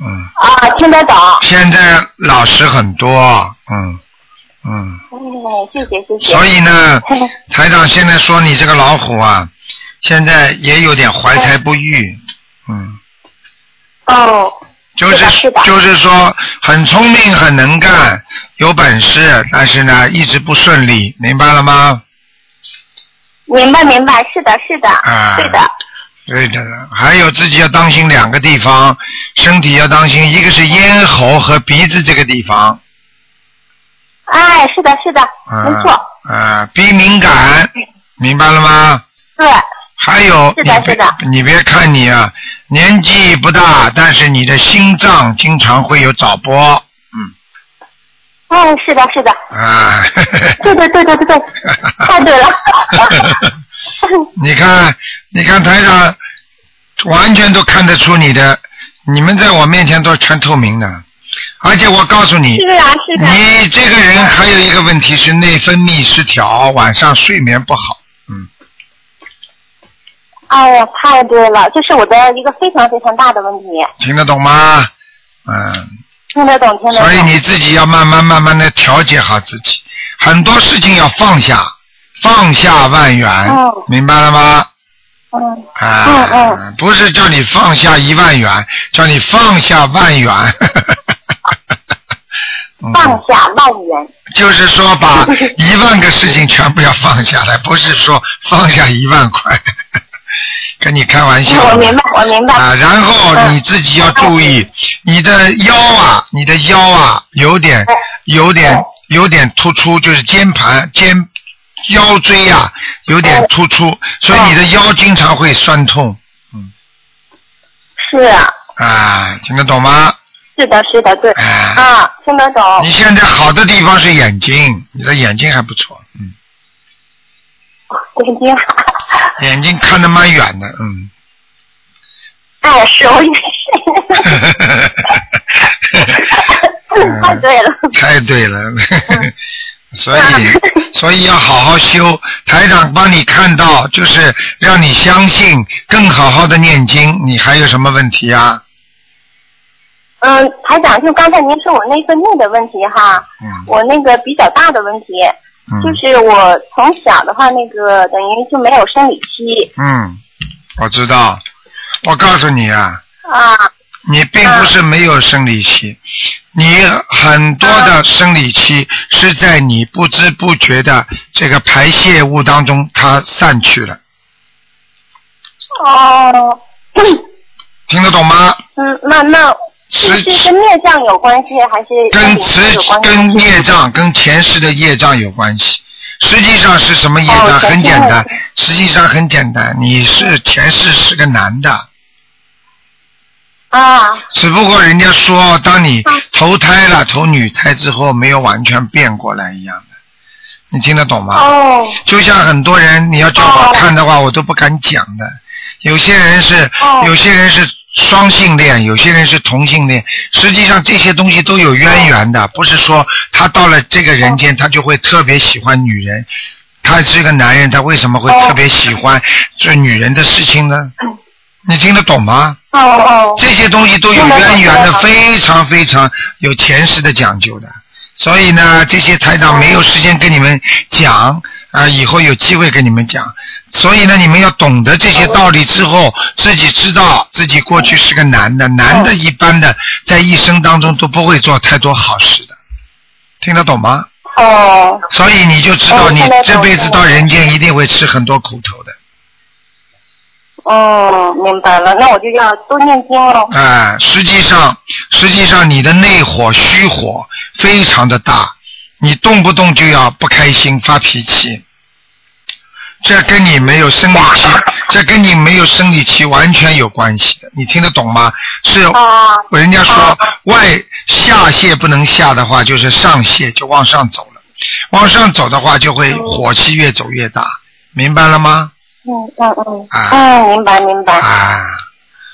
[SPEAKER 1] 嗯，
[SPEAKER 3] 啊，听得懂。
[SPEAKER 1] 现在老实很多，嗯嗯，
[SPEAKER 3] 嗯，谢谢谢谢。
[SPEAKER 1] 所以 呢，
[SPEAKER 3] 嗯
[SPEAKER 1] 台长现在说你这个老虎啊，现在也有点怀才不遇，嗯，
[SPEAKER 3] 哦，
[SPEAKER 1] 就是
[SPEAKER 3] 是的是的
[SPEAKER 1] 就是说很聪明、很能干、有本事，但是呢一直不顺利，明白了吗？
[SPEAKER 3] 明白明白，是的是的，
[SPEAKER 1] 啊
[SPEAKER 3] 对的。
[SPEAKER 1] 对的，还有自己要当心两个地方，身体要当心，一个是咽喉和鼻子这个地方，
[SPEAKER 3] 哎，是的是的，
[SPEAKER 1] 啊、
[SPEAKER 3] 没错，
[SPEAKER 1] 啊，鼻敏感，明白了吗？
[SPEAKER 3] 对，
[SPEAKER 1] 还有，
[SPEAKER 3] 是的
[SPEAKER 1] 你别
[SPEAKER 3] 是的
[SPEAKER 1] 你别看你啊，年纪不大，但是你的心脏经常会有早搏，
[SPEAKER 3] 嗯，是的是的，
[SPEAKER 1] 啊，
[SPEAKER 3] 对对对对对对，太对了。
[SPEAKER 1] 你看，你看台上完全都看得出你的，你们在我面前都全透明的，而且我告诉你，
[SPEAKER 3] 是啊，是的，
[SPEAKER 1] 你这个人还有一个问题是内分泌失调，晚上睡眠不好。嗯，
[SPEAKER 3] 哎呀，太对了，这是我的一个非常非常大的问题，
[SPEAKER 1] 听得懂吗？嗯，
[SPEAKER 3] 听得懂，听得懂。
[SPEAKER 1] 所以你自己要慢慢慢慢的调节好自己，很多事情要放下，放下万元，
[SPEAKER 3] 哦
[SPEAKER 1] 明白了吗？
[SPEAKER 3] 嗯，
[SPEAKER 1] 啊，
[SPEAKER 3] 嗯嗯
[SPEAKER 1] 不是叫你放下一万元，叫你放下万 元。嗯
[SPEAKER 3] 放下万元，
[SPEAKER 1] 就是说把一万个事情全部要放下来，不是说放下一万块，跟你开玩笑。
[SPEAKER 3] 我明白，我明白。
[SPEAKER 1] 啊，然后你自己要注意，你的腰啊，你的腰啊，有点有点有点突出，就是肩盘肩腰椎啊有点突出，所以你的腰经常会酸痛
[SPEAKER 3] 是啊，
[SPEAKER 1] 啊，听得懂吗？
[SPEAKER 3] 是的，是的，对。
[SPEAKER 1] 啊，
[SPEAKER 3] 啊，听得懂。
[SPEAKER 1] 你现在好的地方是眼睛，你的眼睛还不错，嗯，
[SPEAKER 3] 眼睛，
[SPEAKER 1] 眼睛看得蛮远的，嗯。
[SPEAKER 3] 哎呀，是我也是。 太对了，
[SPEAKER 1] 太对了，
[SPEAKER 3] 嗯
[SPEAKER 1] 所以
[SPEAKER 3] 啊
[SPEAKER 1] 所以要好好修。台长帮你看到，就是让你相信，更好好的念经。你还有什么问题啊？
[SPEAKER 3] 嗯，台长，就刚才您说我内分泌的问题哈，
[SPEAKER 1] 嗯
[SPEAKER 3] 我那个比较大的问题，就
[SPEAKER 1] 嗯
[SPEAKER 3] 是我从小的话，那个等于就没有生理期
[SPEAKER 1] 嗯，我知道。我告诉你啊，
[SPEAKER 3] 啊，
[SPEAKER 1] 你并不是没有生理期，你很多
[SPEAKER 3] 啊
[SPEAKER 1] 的生理期是在你不知不觉的这个排泄物当中它散去了，
[SPEAKER 3] 哦，
[SPEAKER 1] 听得懂吗？
[SPEAKER 3] 嗯，那那是
[SPEAKER 1] 实
[SPEAKER 3] 是跟孽障有关系，还是
[SPEAKER 1] 跟
[SPEAKER 3] 生理
[SPEAKER 1] 磁
[SPEAKER 3] 期有关系？
[SPEAKER 1] 跟业障、跟前世的业障有关系。实际上是什么业障？
[SPEAKER 3] 哦
[SPEAKER 1] 很
[SPEAKER 3] 前世
[SPEAKER 1] 简单
[SPEAKER 3] 业，
[SPEAKER 1] 实际上很简单，你是前世是个男的，
[SPEAKER 3] 啊，
[SPEAKER 1] 只不过人家说，当你
[SPEAKER 3] 嗯
[SPEAKER 1] 投胎了、投女胎之后，没有完全变过来一样的，你听得懂吗？
[SPEAKER 3] 哦，
[SPEAKER 1] 就像很多人，你要叫我看的话，我都不敢讲的。有些人是，
[SPEAKER 3] 哦
[SPEAKER 1] 有些人是双性恋，有些人是同性恋。实际上这些东西都有渊源的，不是说他到了这个人间，他就会特别喜欢女人。他是个男人，他为什么会特别喜欢这女人的事情呢？你听得懂吗？
[SPEAKER 3] 哦哦，
[SPEAKER 1] 这些东西都有渊源的，非常非常有前世的讲究的。所以呢，这些台
[SPEAKER 3] 嗯
[SPEAKER 1] 长没有时间跟你们讲啊、以后有机会跟你们讲。所以呢，你们要懂得这些道理之后，自己知道自己过去是个男
[SPEAKER 3] 嗯
[SPEAKER 1] 的，男的一般的在一生当中都不会做太多好事的，听得懂吗？
[SPEAKER 3] 哦，
[SPEAKER 1] 所以你就知道
[SPEAKER 3] 哦
[SPEAKER 1] 你
[SPEAKER 3] 听得懂
[SPEAKER 1] 这辈子
[SPEAKER 3] 听得懂
[SPEAKER 1] 到人间一定会吃很多苦头的。
[SPEAKER 3] 哦，明白了，那我就要多念经喽。
[SPEAKER 1] 哎、实际上，实际上你的内火、虚火非常的大，你动不动就要不开心、发脾气，这跟你没有生理期，这跟你没有生理期完全有关系的，你听得懂吗？是
[SPEAKER 3] 啊，
[SPEAKER 1] 人家说外下泄不能下的话，就是上泄就往上走了，往上走的话就会火气越走越大，明白了吗？
[SPEAKER 3] 嗯嗯嗯，
[SPEAKER 1] 啊
[SPEAKER 3] 嗯，明白明白，
[SPEAKER 1] 啊。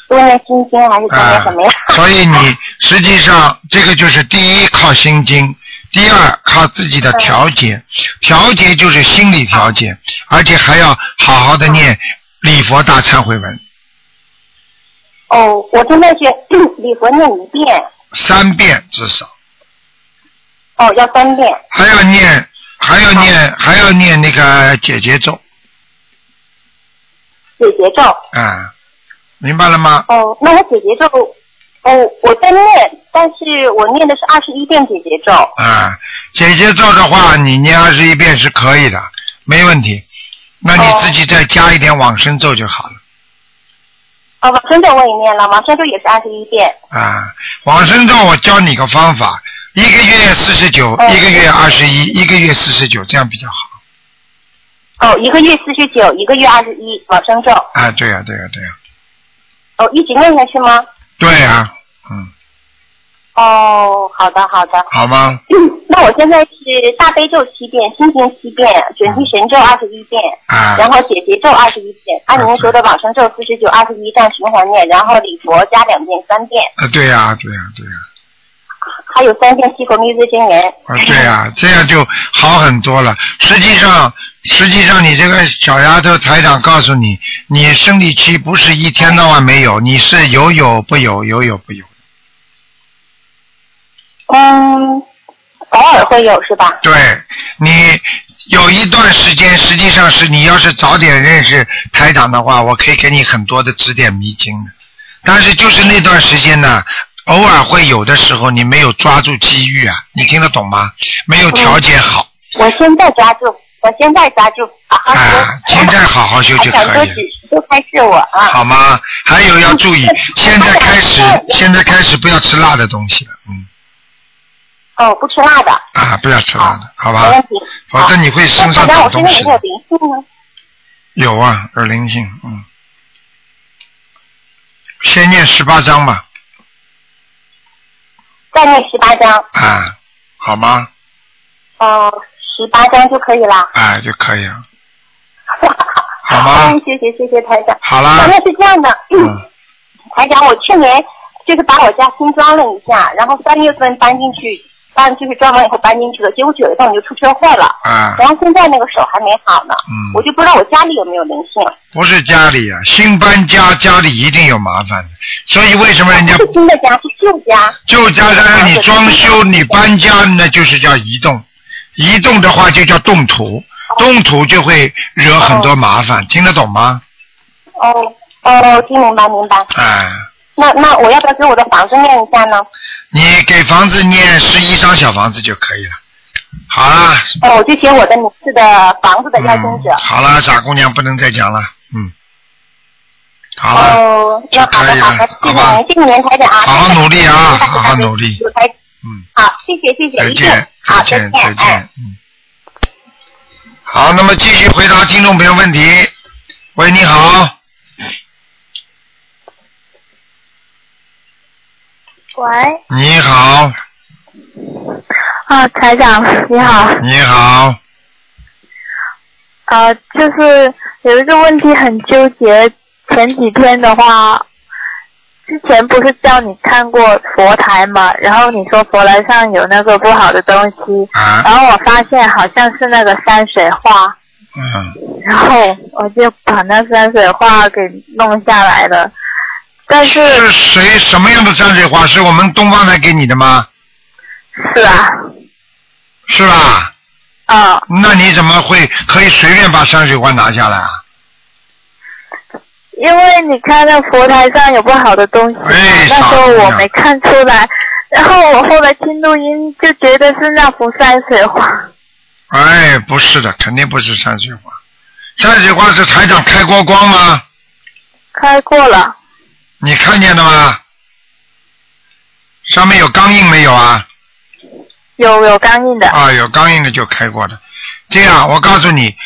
[SPEAKER 3] 多念心经还是多念什么呀？
[SPEAKER 1] 所以你实际上这个就是第一靠心经，第二靠自己的调节，调节就是心理调节，而且还要好好的念礼佛大忏悔文
[SPEAKER 3] 哦，我现在是 礼佛念一遍，
[SPEAKER 1] 三遍至少，
[SPEAKER 3] 哦，要三遍，
[SPEAKER 1] 还要念还要念还要念那个解结咒
[SPEAKER 3] 解结咒。
[SPEAKER 1] 啊，明白了吗？
[SPEAKER 3] 哦，那我解结咒，哦，我在念，但是我念的是二十一遍解结咒。哦
[SPEAKER 1] 啊，姐姐咒的话，你念二十一遍是可以的，没问题。那你自己再加一点往生咒就好了。
[SPEAKER 3] 啊，往生咒我也念了，往生咒也是二十一遍。
[SPEAKER 1] 啊，往生咒我教你个方法，一个月四十九，
[SPEAKER 3] 哦
[SPEAKER 1] 一个月二十一，一个月四十九，这样比较好。
[SPEAKER 3] 哦，一个月四十九，一个月二十一，往生咒。
[SPEAKER 1] 啊，对呀、对呀、对呀、
[SPEAKER 3] 哦，一直念下去吗？
[SPEAKER 1] 对呀、嗯，
[SPEAKER 3] 哦哦，好的好的。
[SPEAKER 1] 好吗？
[SPEAKER 3] 嗯那我现在是大悲咒七遍，心经七遍，准提神咒二十一遍，
[SPEAKER 1] 啊，
[SPEAKER 3] 然后解结咒二十一遍，按您
[SPEAKER 1] 嗯
[SPEAKER 3] 说的往生咒四十九、二十一这样循环念，然后礼佛加两遍三遍，
[SPEAKER 1] 啊，对呀、对呀、对呀、
[SPEAKER 3] 还有三遍七佛密罪真言。
[SPEAKER 1] 啊，对呀、这样就好很多了。实际上，实际上你这个小丫头台长告诉你，你生理期不是一天到晚没有，你是有有不有，有有不有。
[SPEAKER 3] 嗯，偶尔会有是吧？
[SPEAKER 1] 对你有一段时间，实际上是你要是早点认识台长的话，我可以给你很多的指点迷津的。但是就是那段时间呢，偶尔会有的时候你没有抓住机遇啊，你听得懂吗？没有调节好、
[SPEAKER 3] 我现在抓住，我现在抓住啊！哈
[SPEAKER 1] 啊，现在好好修就
[SPEAKER 3] 还想
[SPEAKER 1] 可
[SPEAKER 3] 多
[SPEAKER 1] 以了
[SPEAKER 3] 指。示多开示我啊！
[SPEAKER 1] 好吗？还有要注意
[SPEAKER 3] 嗯，
[SPEAKER 1] 现在开始
[SPEAKER 3] 嗯，
[SPEAKER 1] 现在开始不要吃辣的东西了，嗯
[SPEAKER 3] 哦，不吃辣的，
[SPEAKER 1] 啊，不要吃辣的，好
[SPEAKER 3] 没问
[SPEAKER 1] 吧？
[SPEAKER 3] 题。
[SPEAKER 1] 否则你会身上
[SPEAKER 3] 那那
[SPEAKER 1] 长
[SPEAKER 3] 我身
[SPEAKER 1] 东
[SPEAKER 3] 上
[SPEAKER 1] 西
[SPEAKER 3] 有没
[SPEAKER 1] 的
[SPEAKER 3] 有。灵性呢？
[SPEAKER 1] 有啊，有灵性，嗯。先念十八章吧，
[SPEAKER 3] 再念十八章，
[SPEAKER 1] 啊，好吗？
[SPEAKER 3] 哦、十八章就可以啦。
[SPEAKER 1] 啊，就可以了，好吗
[SPEAKER 3] 嗯，？谢谢谢谢台长。
[SPEAKER 1] 好
[SPEAKER 3] 啊，
[SPEAKER 1] 啦
[SPEAKER 3] 那，是这样的，
[SPEAKER 1] 嗯，
[SPEAKER 3] 台长，我去年就是把我家新装了一下，然后三月份搬进去，搬就是装完以后搬进去了，结果九月份我就出车祸了，
[SPEAKER 1] 啊，
[SPEAKER 3] 然后现在那个手还没好呢，我
[SPEAKER 1] 嗯，
[SPEAKER 3] 就不知道我家里有没有灵性，啊
[SPEAKER 1] 不是家里啊，新搬家家里一定有麻烦的，所以为什么人家
[SPEAKER 3] 不是新的家，是旧家。
[SPEAKER 1] 旧家家让你装修，你搬家那就是叫移动，移动的话就叫动土，动土就会惹很多麻烦，听得懂吗？
[SPEAKER 3] 哦哦，听明白明白。
[SPEAKER 1] 哎，
[SPEAKER 3] 那那我要不要给我的房子念一下呢？
[SPEAKER 1] 你给房子念十一张小房子就可以了。好啦，
[SPEAKER 3] 哦，我就写我的名字的房子的邀请者
[SPEAKER 1] 嗯，。好啦，傻姑娘不能再讲了，嗯，好啊了，
[SPEAKER 3] 哦，那好的好的，谢
[SPEAKER 1] 好吧
[SPEAKER 3] 谢您，谢谢您台长啊，
[SPEAKER 1] 好好努力啊
[SPEAKER 3] 谢谢您
[SPEAKER 1] 好好努力
[SPEAKER 3] 台长
[SPEAKER 1] 嗯，
[SPEAKER 3] 好，谢谢谢谢，
[SPEAKER 1] 再
[SPEAKER 3] 一定
[SPEAKER 1] 见，
[SPEAKER 3] 好
[SPEAKER 1] 再见，
[SPEAKER 3] 再
[SPEAKER 1] 再
[SPEAKER 3] 见，哎
[SPEAKER 1] 见，嗯。好，那么继续回答听众朋友问题。喂，你好，
[SPEAKER 6] 喂，
[SPEAKER 1] 你好，
[SPEAKER 6] 啊，台长你好，
[SPEAKER 1] 你好，
[SPEAKER 6] 呃，就是有一个问题很纠结，前几天的话，之前不是叫你看过佛台嘛，然后你说佛台上有那个不好的东西，
[SPEAKER 1] 啊，
[SPEAKER 6] 然后我发现好像是那个山水画，
[SPEAKER 1] 嗯。
[SPEAKER 6] 然后我就把那山水画给弄下来了，但是
[SPEAKER 1] 是谁什么样的山水画？是我们东方台给你的吗？
[SPEAKER 6] 是啊，
[SPEAKER 1] 是吧？
[SPEAKER 6] 啊、
[SPEAKER 1] 那你怎么会可以随便把山水画拿下来啊？
[SPEAKER 6] 因为你看那佛台上有不好的东西嘛，
[SPEAKER 1] 哎
[SPEAKER 6] 那时候
[SPEAKER 1] 傻姑
[SPEAKER 6] 我
[SPEAKER 1] 娘
[SPEAKER 6] 没看出来，然后我后来听录音就觉得是那幅山水画。
[SPEAKER 1] 哎，不是的，肯定不是山水画。山水画是台长开过光吗？
[SPEAKER 6] 开过了，
[SPEAKER 1] 你看见的吗？上面有钢印没有啊？
[SPEAKER 6] 有有钢印的，
[SPEAKER 1] 啊，有钢印的就开过的。这样，我告诉你，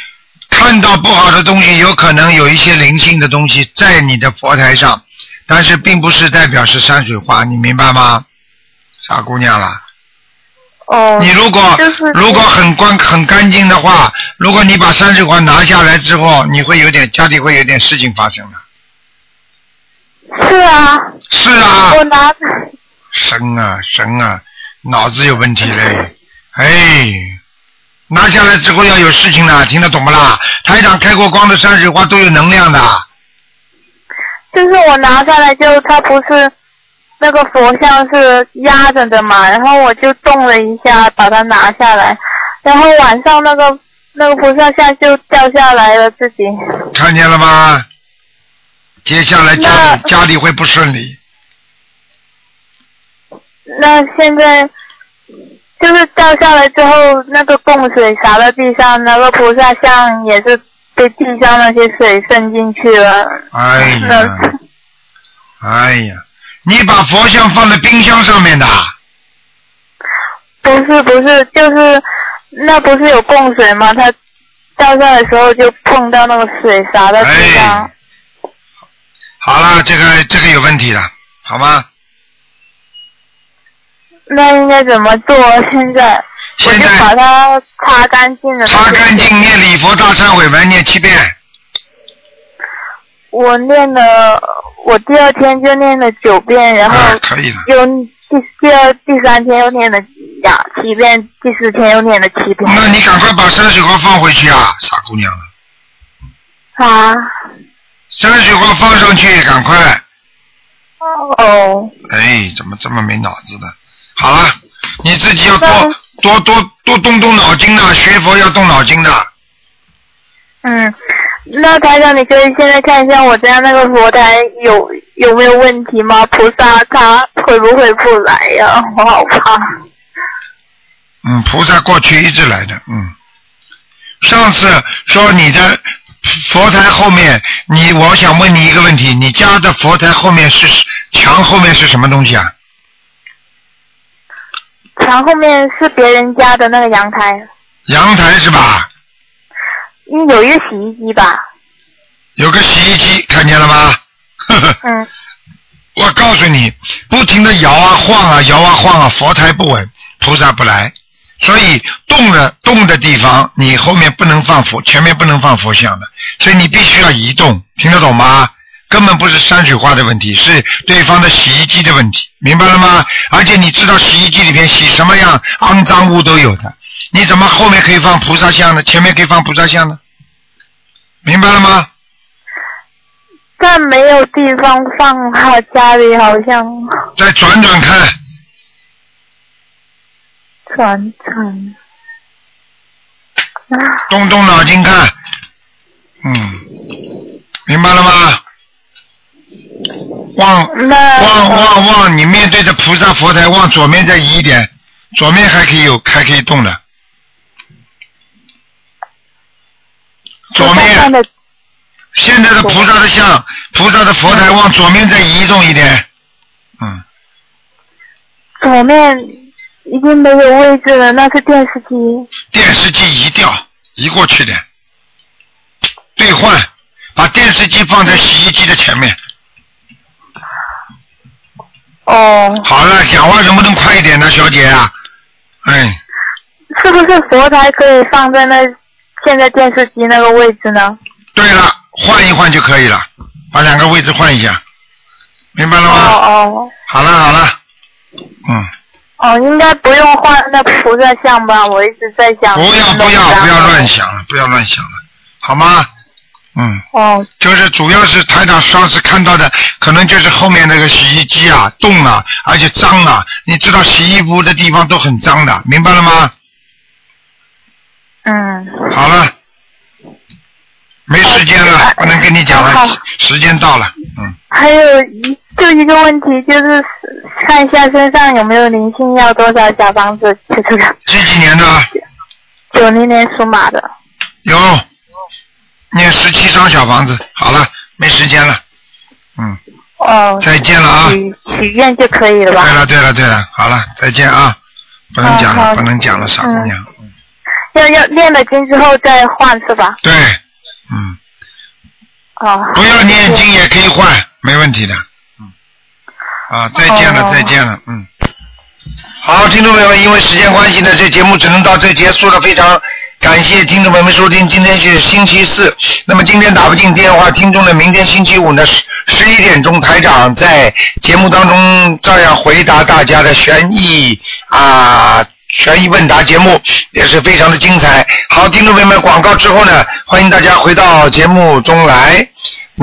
[SPEAKER 1] 看到不好的东西，有可能有一些灵性的东西在你的佛台上，但是并不是代表是山水画，你明白吗？傻姑娘啦，
[SPEAKER 6] 哦，
[SPEAKER 1] 啊你如果
[SPEAKER 6] 就是
[SPEAKER 1] 如果很光很干净的话，如果你把山水画拿下来之后，你会有点家里会有点事情发生的。
[SPEAKER 6] 是啊，
[SPEAKER 1] 是啊，
[SPEAKER 6] 我拿
[SPEAKER 1] 神啊神啊，脑子有问题嘞，哎，拿下来之后要有事情的，听得懂不啦？台长开过光的山水画都有能量的，
[SPEAKER 6] 就是我拿下来就它不是那个佛像是压着的嘛，然后我就动了一下把它拿下来，然后晚上那个那个菩萨像就掉下来了自己。
[SPEAKER 1] 看见了吗？接下来家里
[SPEAKER 6] 那
[SPEAKER 1] 家里会不顺利，
[SPEAKER 6] 那现在就是掉下来之后，那个供水洒到地上，那个菩萨像也是被地上那些水渗进去了。
[SPEAKER 1] 哎呀
[SPEAKER 6] 那，
[SPEAKER 1] 哎呀，你把佛像放在冰箱上面的，
[SPEAKER 6] 不是不是，就是那不是有供水吗？它掉下来的时候就碰到那个水洒到地上
[SPEAKER 1] 哎。，好了，这个这个有问题了，好吗？
[SPEAKER 6] 那应该怎么做？ 现在我
[SPEAKER 1] 现
[SPEAKER 6] 就
[SPEAKER 1] 在
[SPEAKER 6] 把它擦干净了。
[SPEAKER 1] 擦干净，念礼佛大忏悔文，念七遍。
[SPEAKER 6] 我念了，我第二天就念了九遍，然后
[SPEAKER 1] 啊，可以了。
[SPEAKER 6] 又第第二第三天又念了两七遍，第四天又念了七遍。
[SPEAKER 1] 那你赶快把山水画放回去啊，傻姑娘了。
[SPEAKER 6] 啊，
[SPEAKER 1] 山水画放上去，赶快。
[SPEAKER 6] 哦，
[SPEAKER 1] 哎，怎么这么没脑子的？好了，你自己要多多多多动动脑筋的，学佛要动脑筋啊的。
[SPEAKER 6] 嗯，那台长，你可以现在看一下我家那个佛台有有没有问题吗？菩萨他回不回不来呀、 我好怕。
[SPEAKER 1] 嗯，菩萨过去一直来的，嗯。上次说你的佛台后面，你我想问你一个问题，你家的佛台后面是墙后面是什么东西啊？
[SPEAKER 6] 墙后面是别人家的那个阳台，
[SPEAKER 1] 阳台是吧？
[SPEAKER 6] 嗯有一个洗衣机吧？
[SPEAKER 1] 有个洗衣机，看见了吗？ 呵呵，
[SPEAKER 6] 嗯，
[SPEAKER 1] 我告诉你，不停的摇啊晃啊摇啊晃啊，佛台不稳，菩萨不来。所以动的动的地方，你后面不能放佛，前面不能放佛像的，所以你必须要移动，听得懂吗？根本不是山水画的问题，是对方的洗衣机的问题，明白了吗？而且你知道洗衣机里面洗什么样肮脏物都有的，你怎么后面可以放菩萨像呢？前面可以放菩萨像呢？明白了吗？
[SPEAKER 6] 但没有地方放，他家里好像
[SPEAKER 1] 再转转看，
[SPEAKER 6] 转转。啊，
[SPEAKER 1] 动动脑筋看，嗯，明白了吗？往
[SPEAKER 6] 那
[SPEAKER 1] 往往往，你面对着菩萨佛台，往左面再移一点，左面还可以有，还可以动的。左
[SPEAKER 6] 菩萨
[SPEAKER 1] 面
[SPEAKER 6] 看，得
[SPEAKER 1] 现在的菩萨的像，菩萨的佛台往左面再移动一点，嗯，
[SPEAKER 6] 左面已经没有位置了，那是电视机。
[SPEAKER 1] 电视机移掉，移过去点，兑换，把电视机放在洗衣机的前面。
[SPEAKER 6] 哦，
[SPEAKER 1] 好了，讲话能不能快一点呢，小姐啊？哎，
[SPEAKER 6] 是不是佛台可以放在那现在电视机那个位置呢？
[SPEAKER 1] 对了，换一换就可以了，把两个位置换一下，明白了
[SPEAKER 6] 哦
[SPEAKER 1] 吗？
[SPEAKER 6] 哦
[SPEAKER 1] 好了好了，嗯，
[SPEAKER 6] 哦，应该不用换那菩萨像吧？我一直在想。
[SPEAKER 1] 不要不要不要乱。想了，不要乱想了，好吗？嗯，
[SPEAKER 6] 哦
[SPEAKER 1] 就是主要是台长上次看到的，可能就是后面那个洗衣机啊动啊，而且脏啊，你知道洗衣服的地方都很脏的，明白了吗？
[SPEAKER 6] 嗯，
[SPEAKER 1] 好了，没时间了，不能跟你讲
[SPEAKER 6] 好
[SPEAKER 1] 了，时间到了，嗯，
[SPEAKER 6] 还有一就一个问题，就是看一下身上有没有灵性，要多少小房子？就这个
[SPEAKER 1] 几几年的
[SPEAKER 6] 九零年属马的。
[SPEAKER 1] 有，念十七张小房子，好了，没时间了，嗯，
[SPEAKER 6] 哦，
[SPEAKER 1] 再见了啊，
[SPEAKER 6] 许许愿就可以了吧
[SPEAKER 1] 对？了对了对了，好了，再见啊，不能讲
[SPEAKER 6] 好
[SPEAKER 1] 了
[SPEAKER 6] 好嗯
[SPEAKER 1] 不能讲了，傻姑娘，
[SPEAKER 6] 要要练了经之后再换是吧？
[SPEAKER 1] 对，嗯，
[SPEAKER 6] 哦，
[SPEAKER 1] 不要念经也可以换，没问题的，嗯，啊，再见了
[SPEAKER 6] 哦
[SPEAKER 1] 再见了，嗯。好，听众朋友们，因为时间关系呢，这节目只能到这结束了。非常感谢听众朋友们收听，今天是星期四，那么今天打不进电话，听众呢，明天星期五呢，十十一点钟，台长在节目当中照样回答大家的悬疑啊。悬疑问答节目也是非常的精彩。好，听众朋友们，广告之后呢，欢迎大家回到节目中来。那么。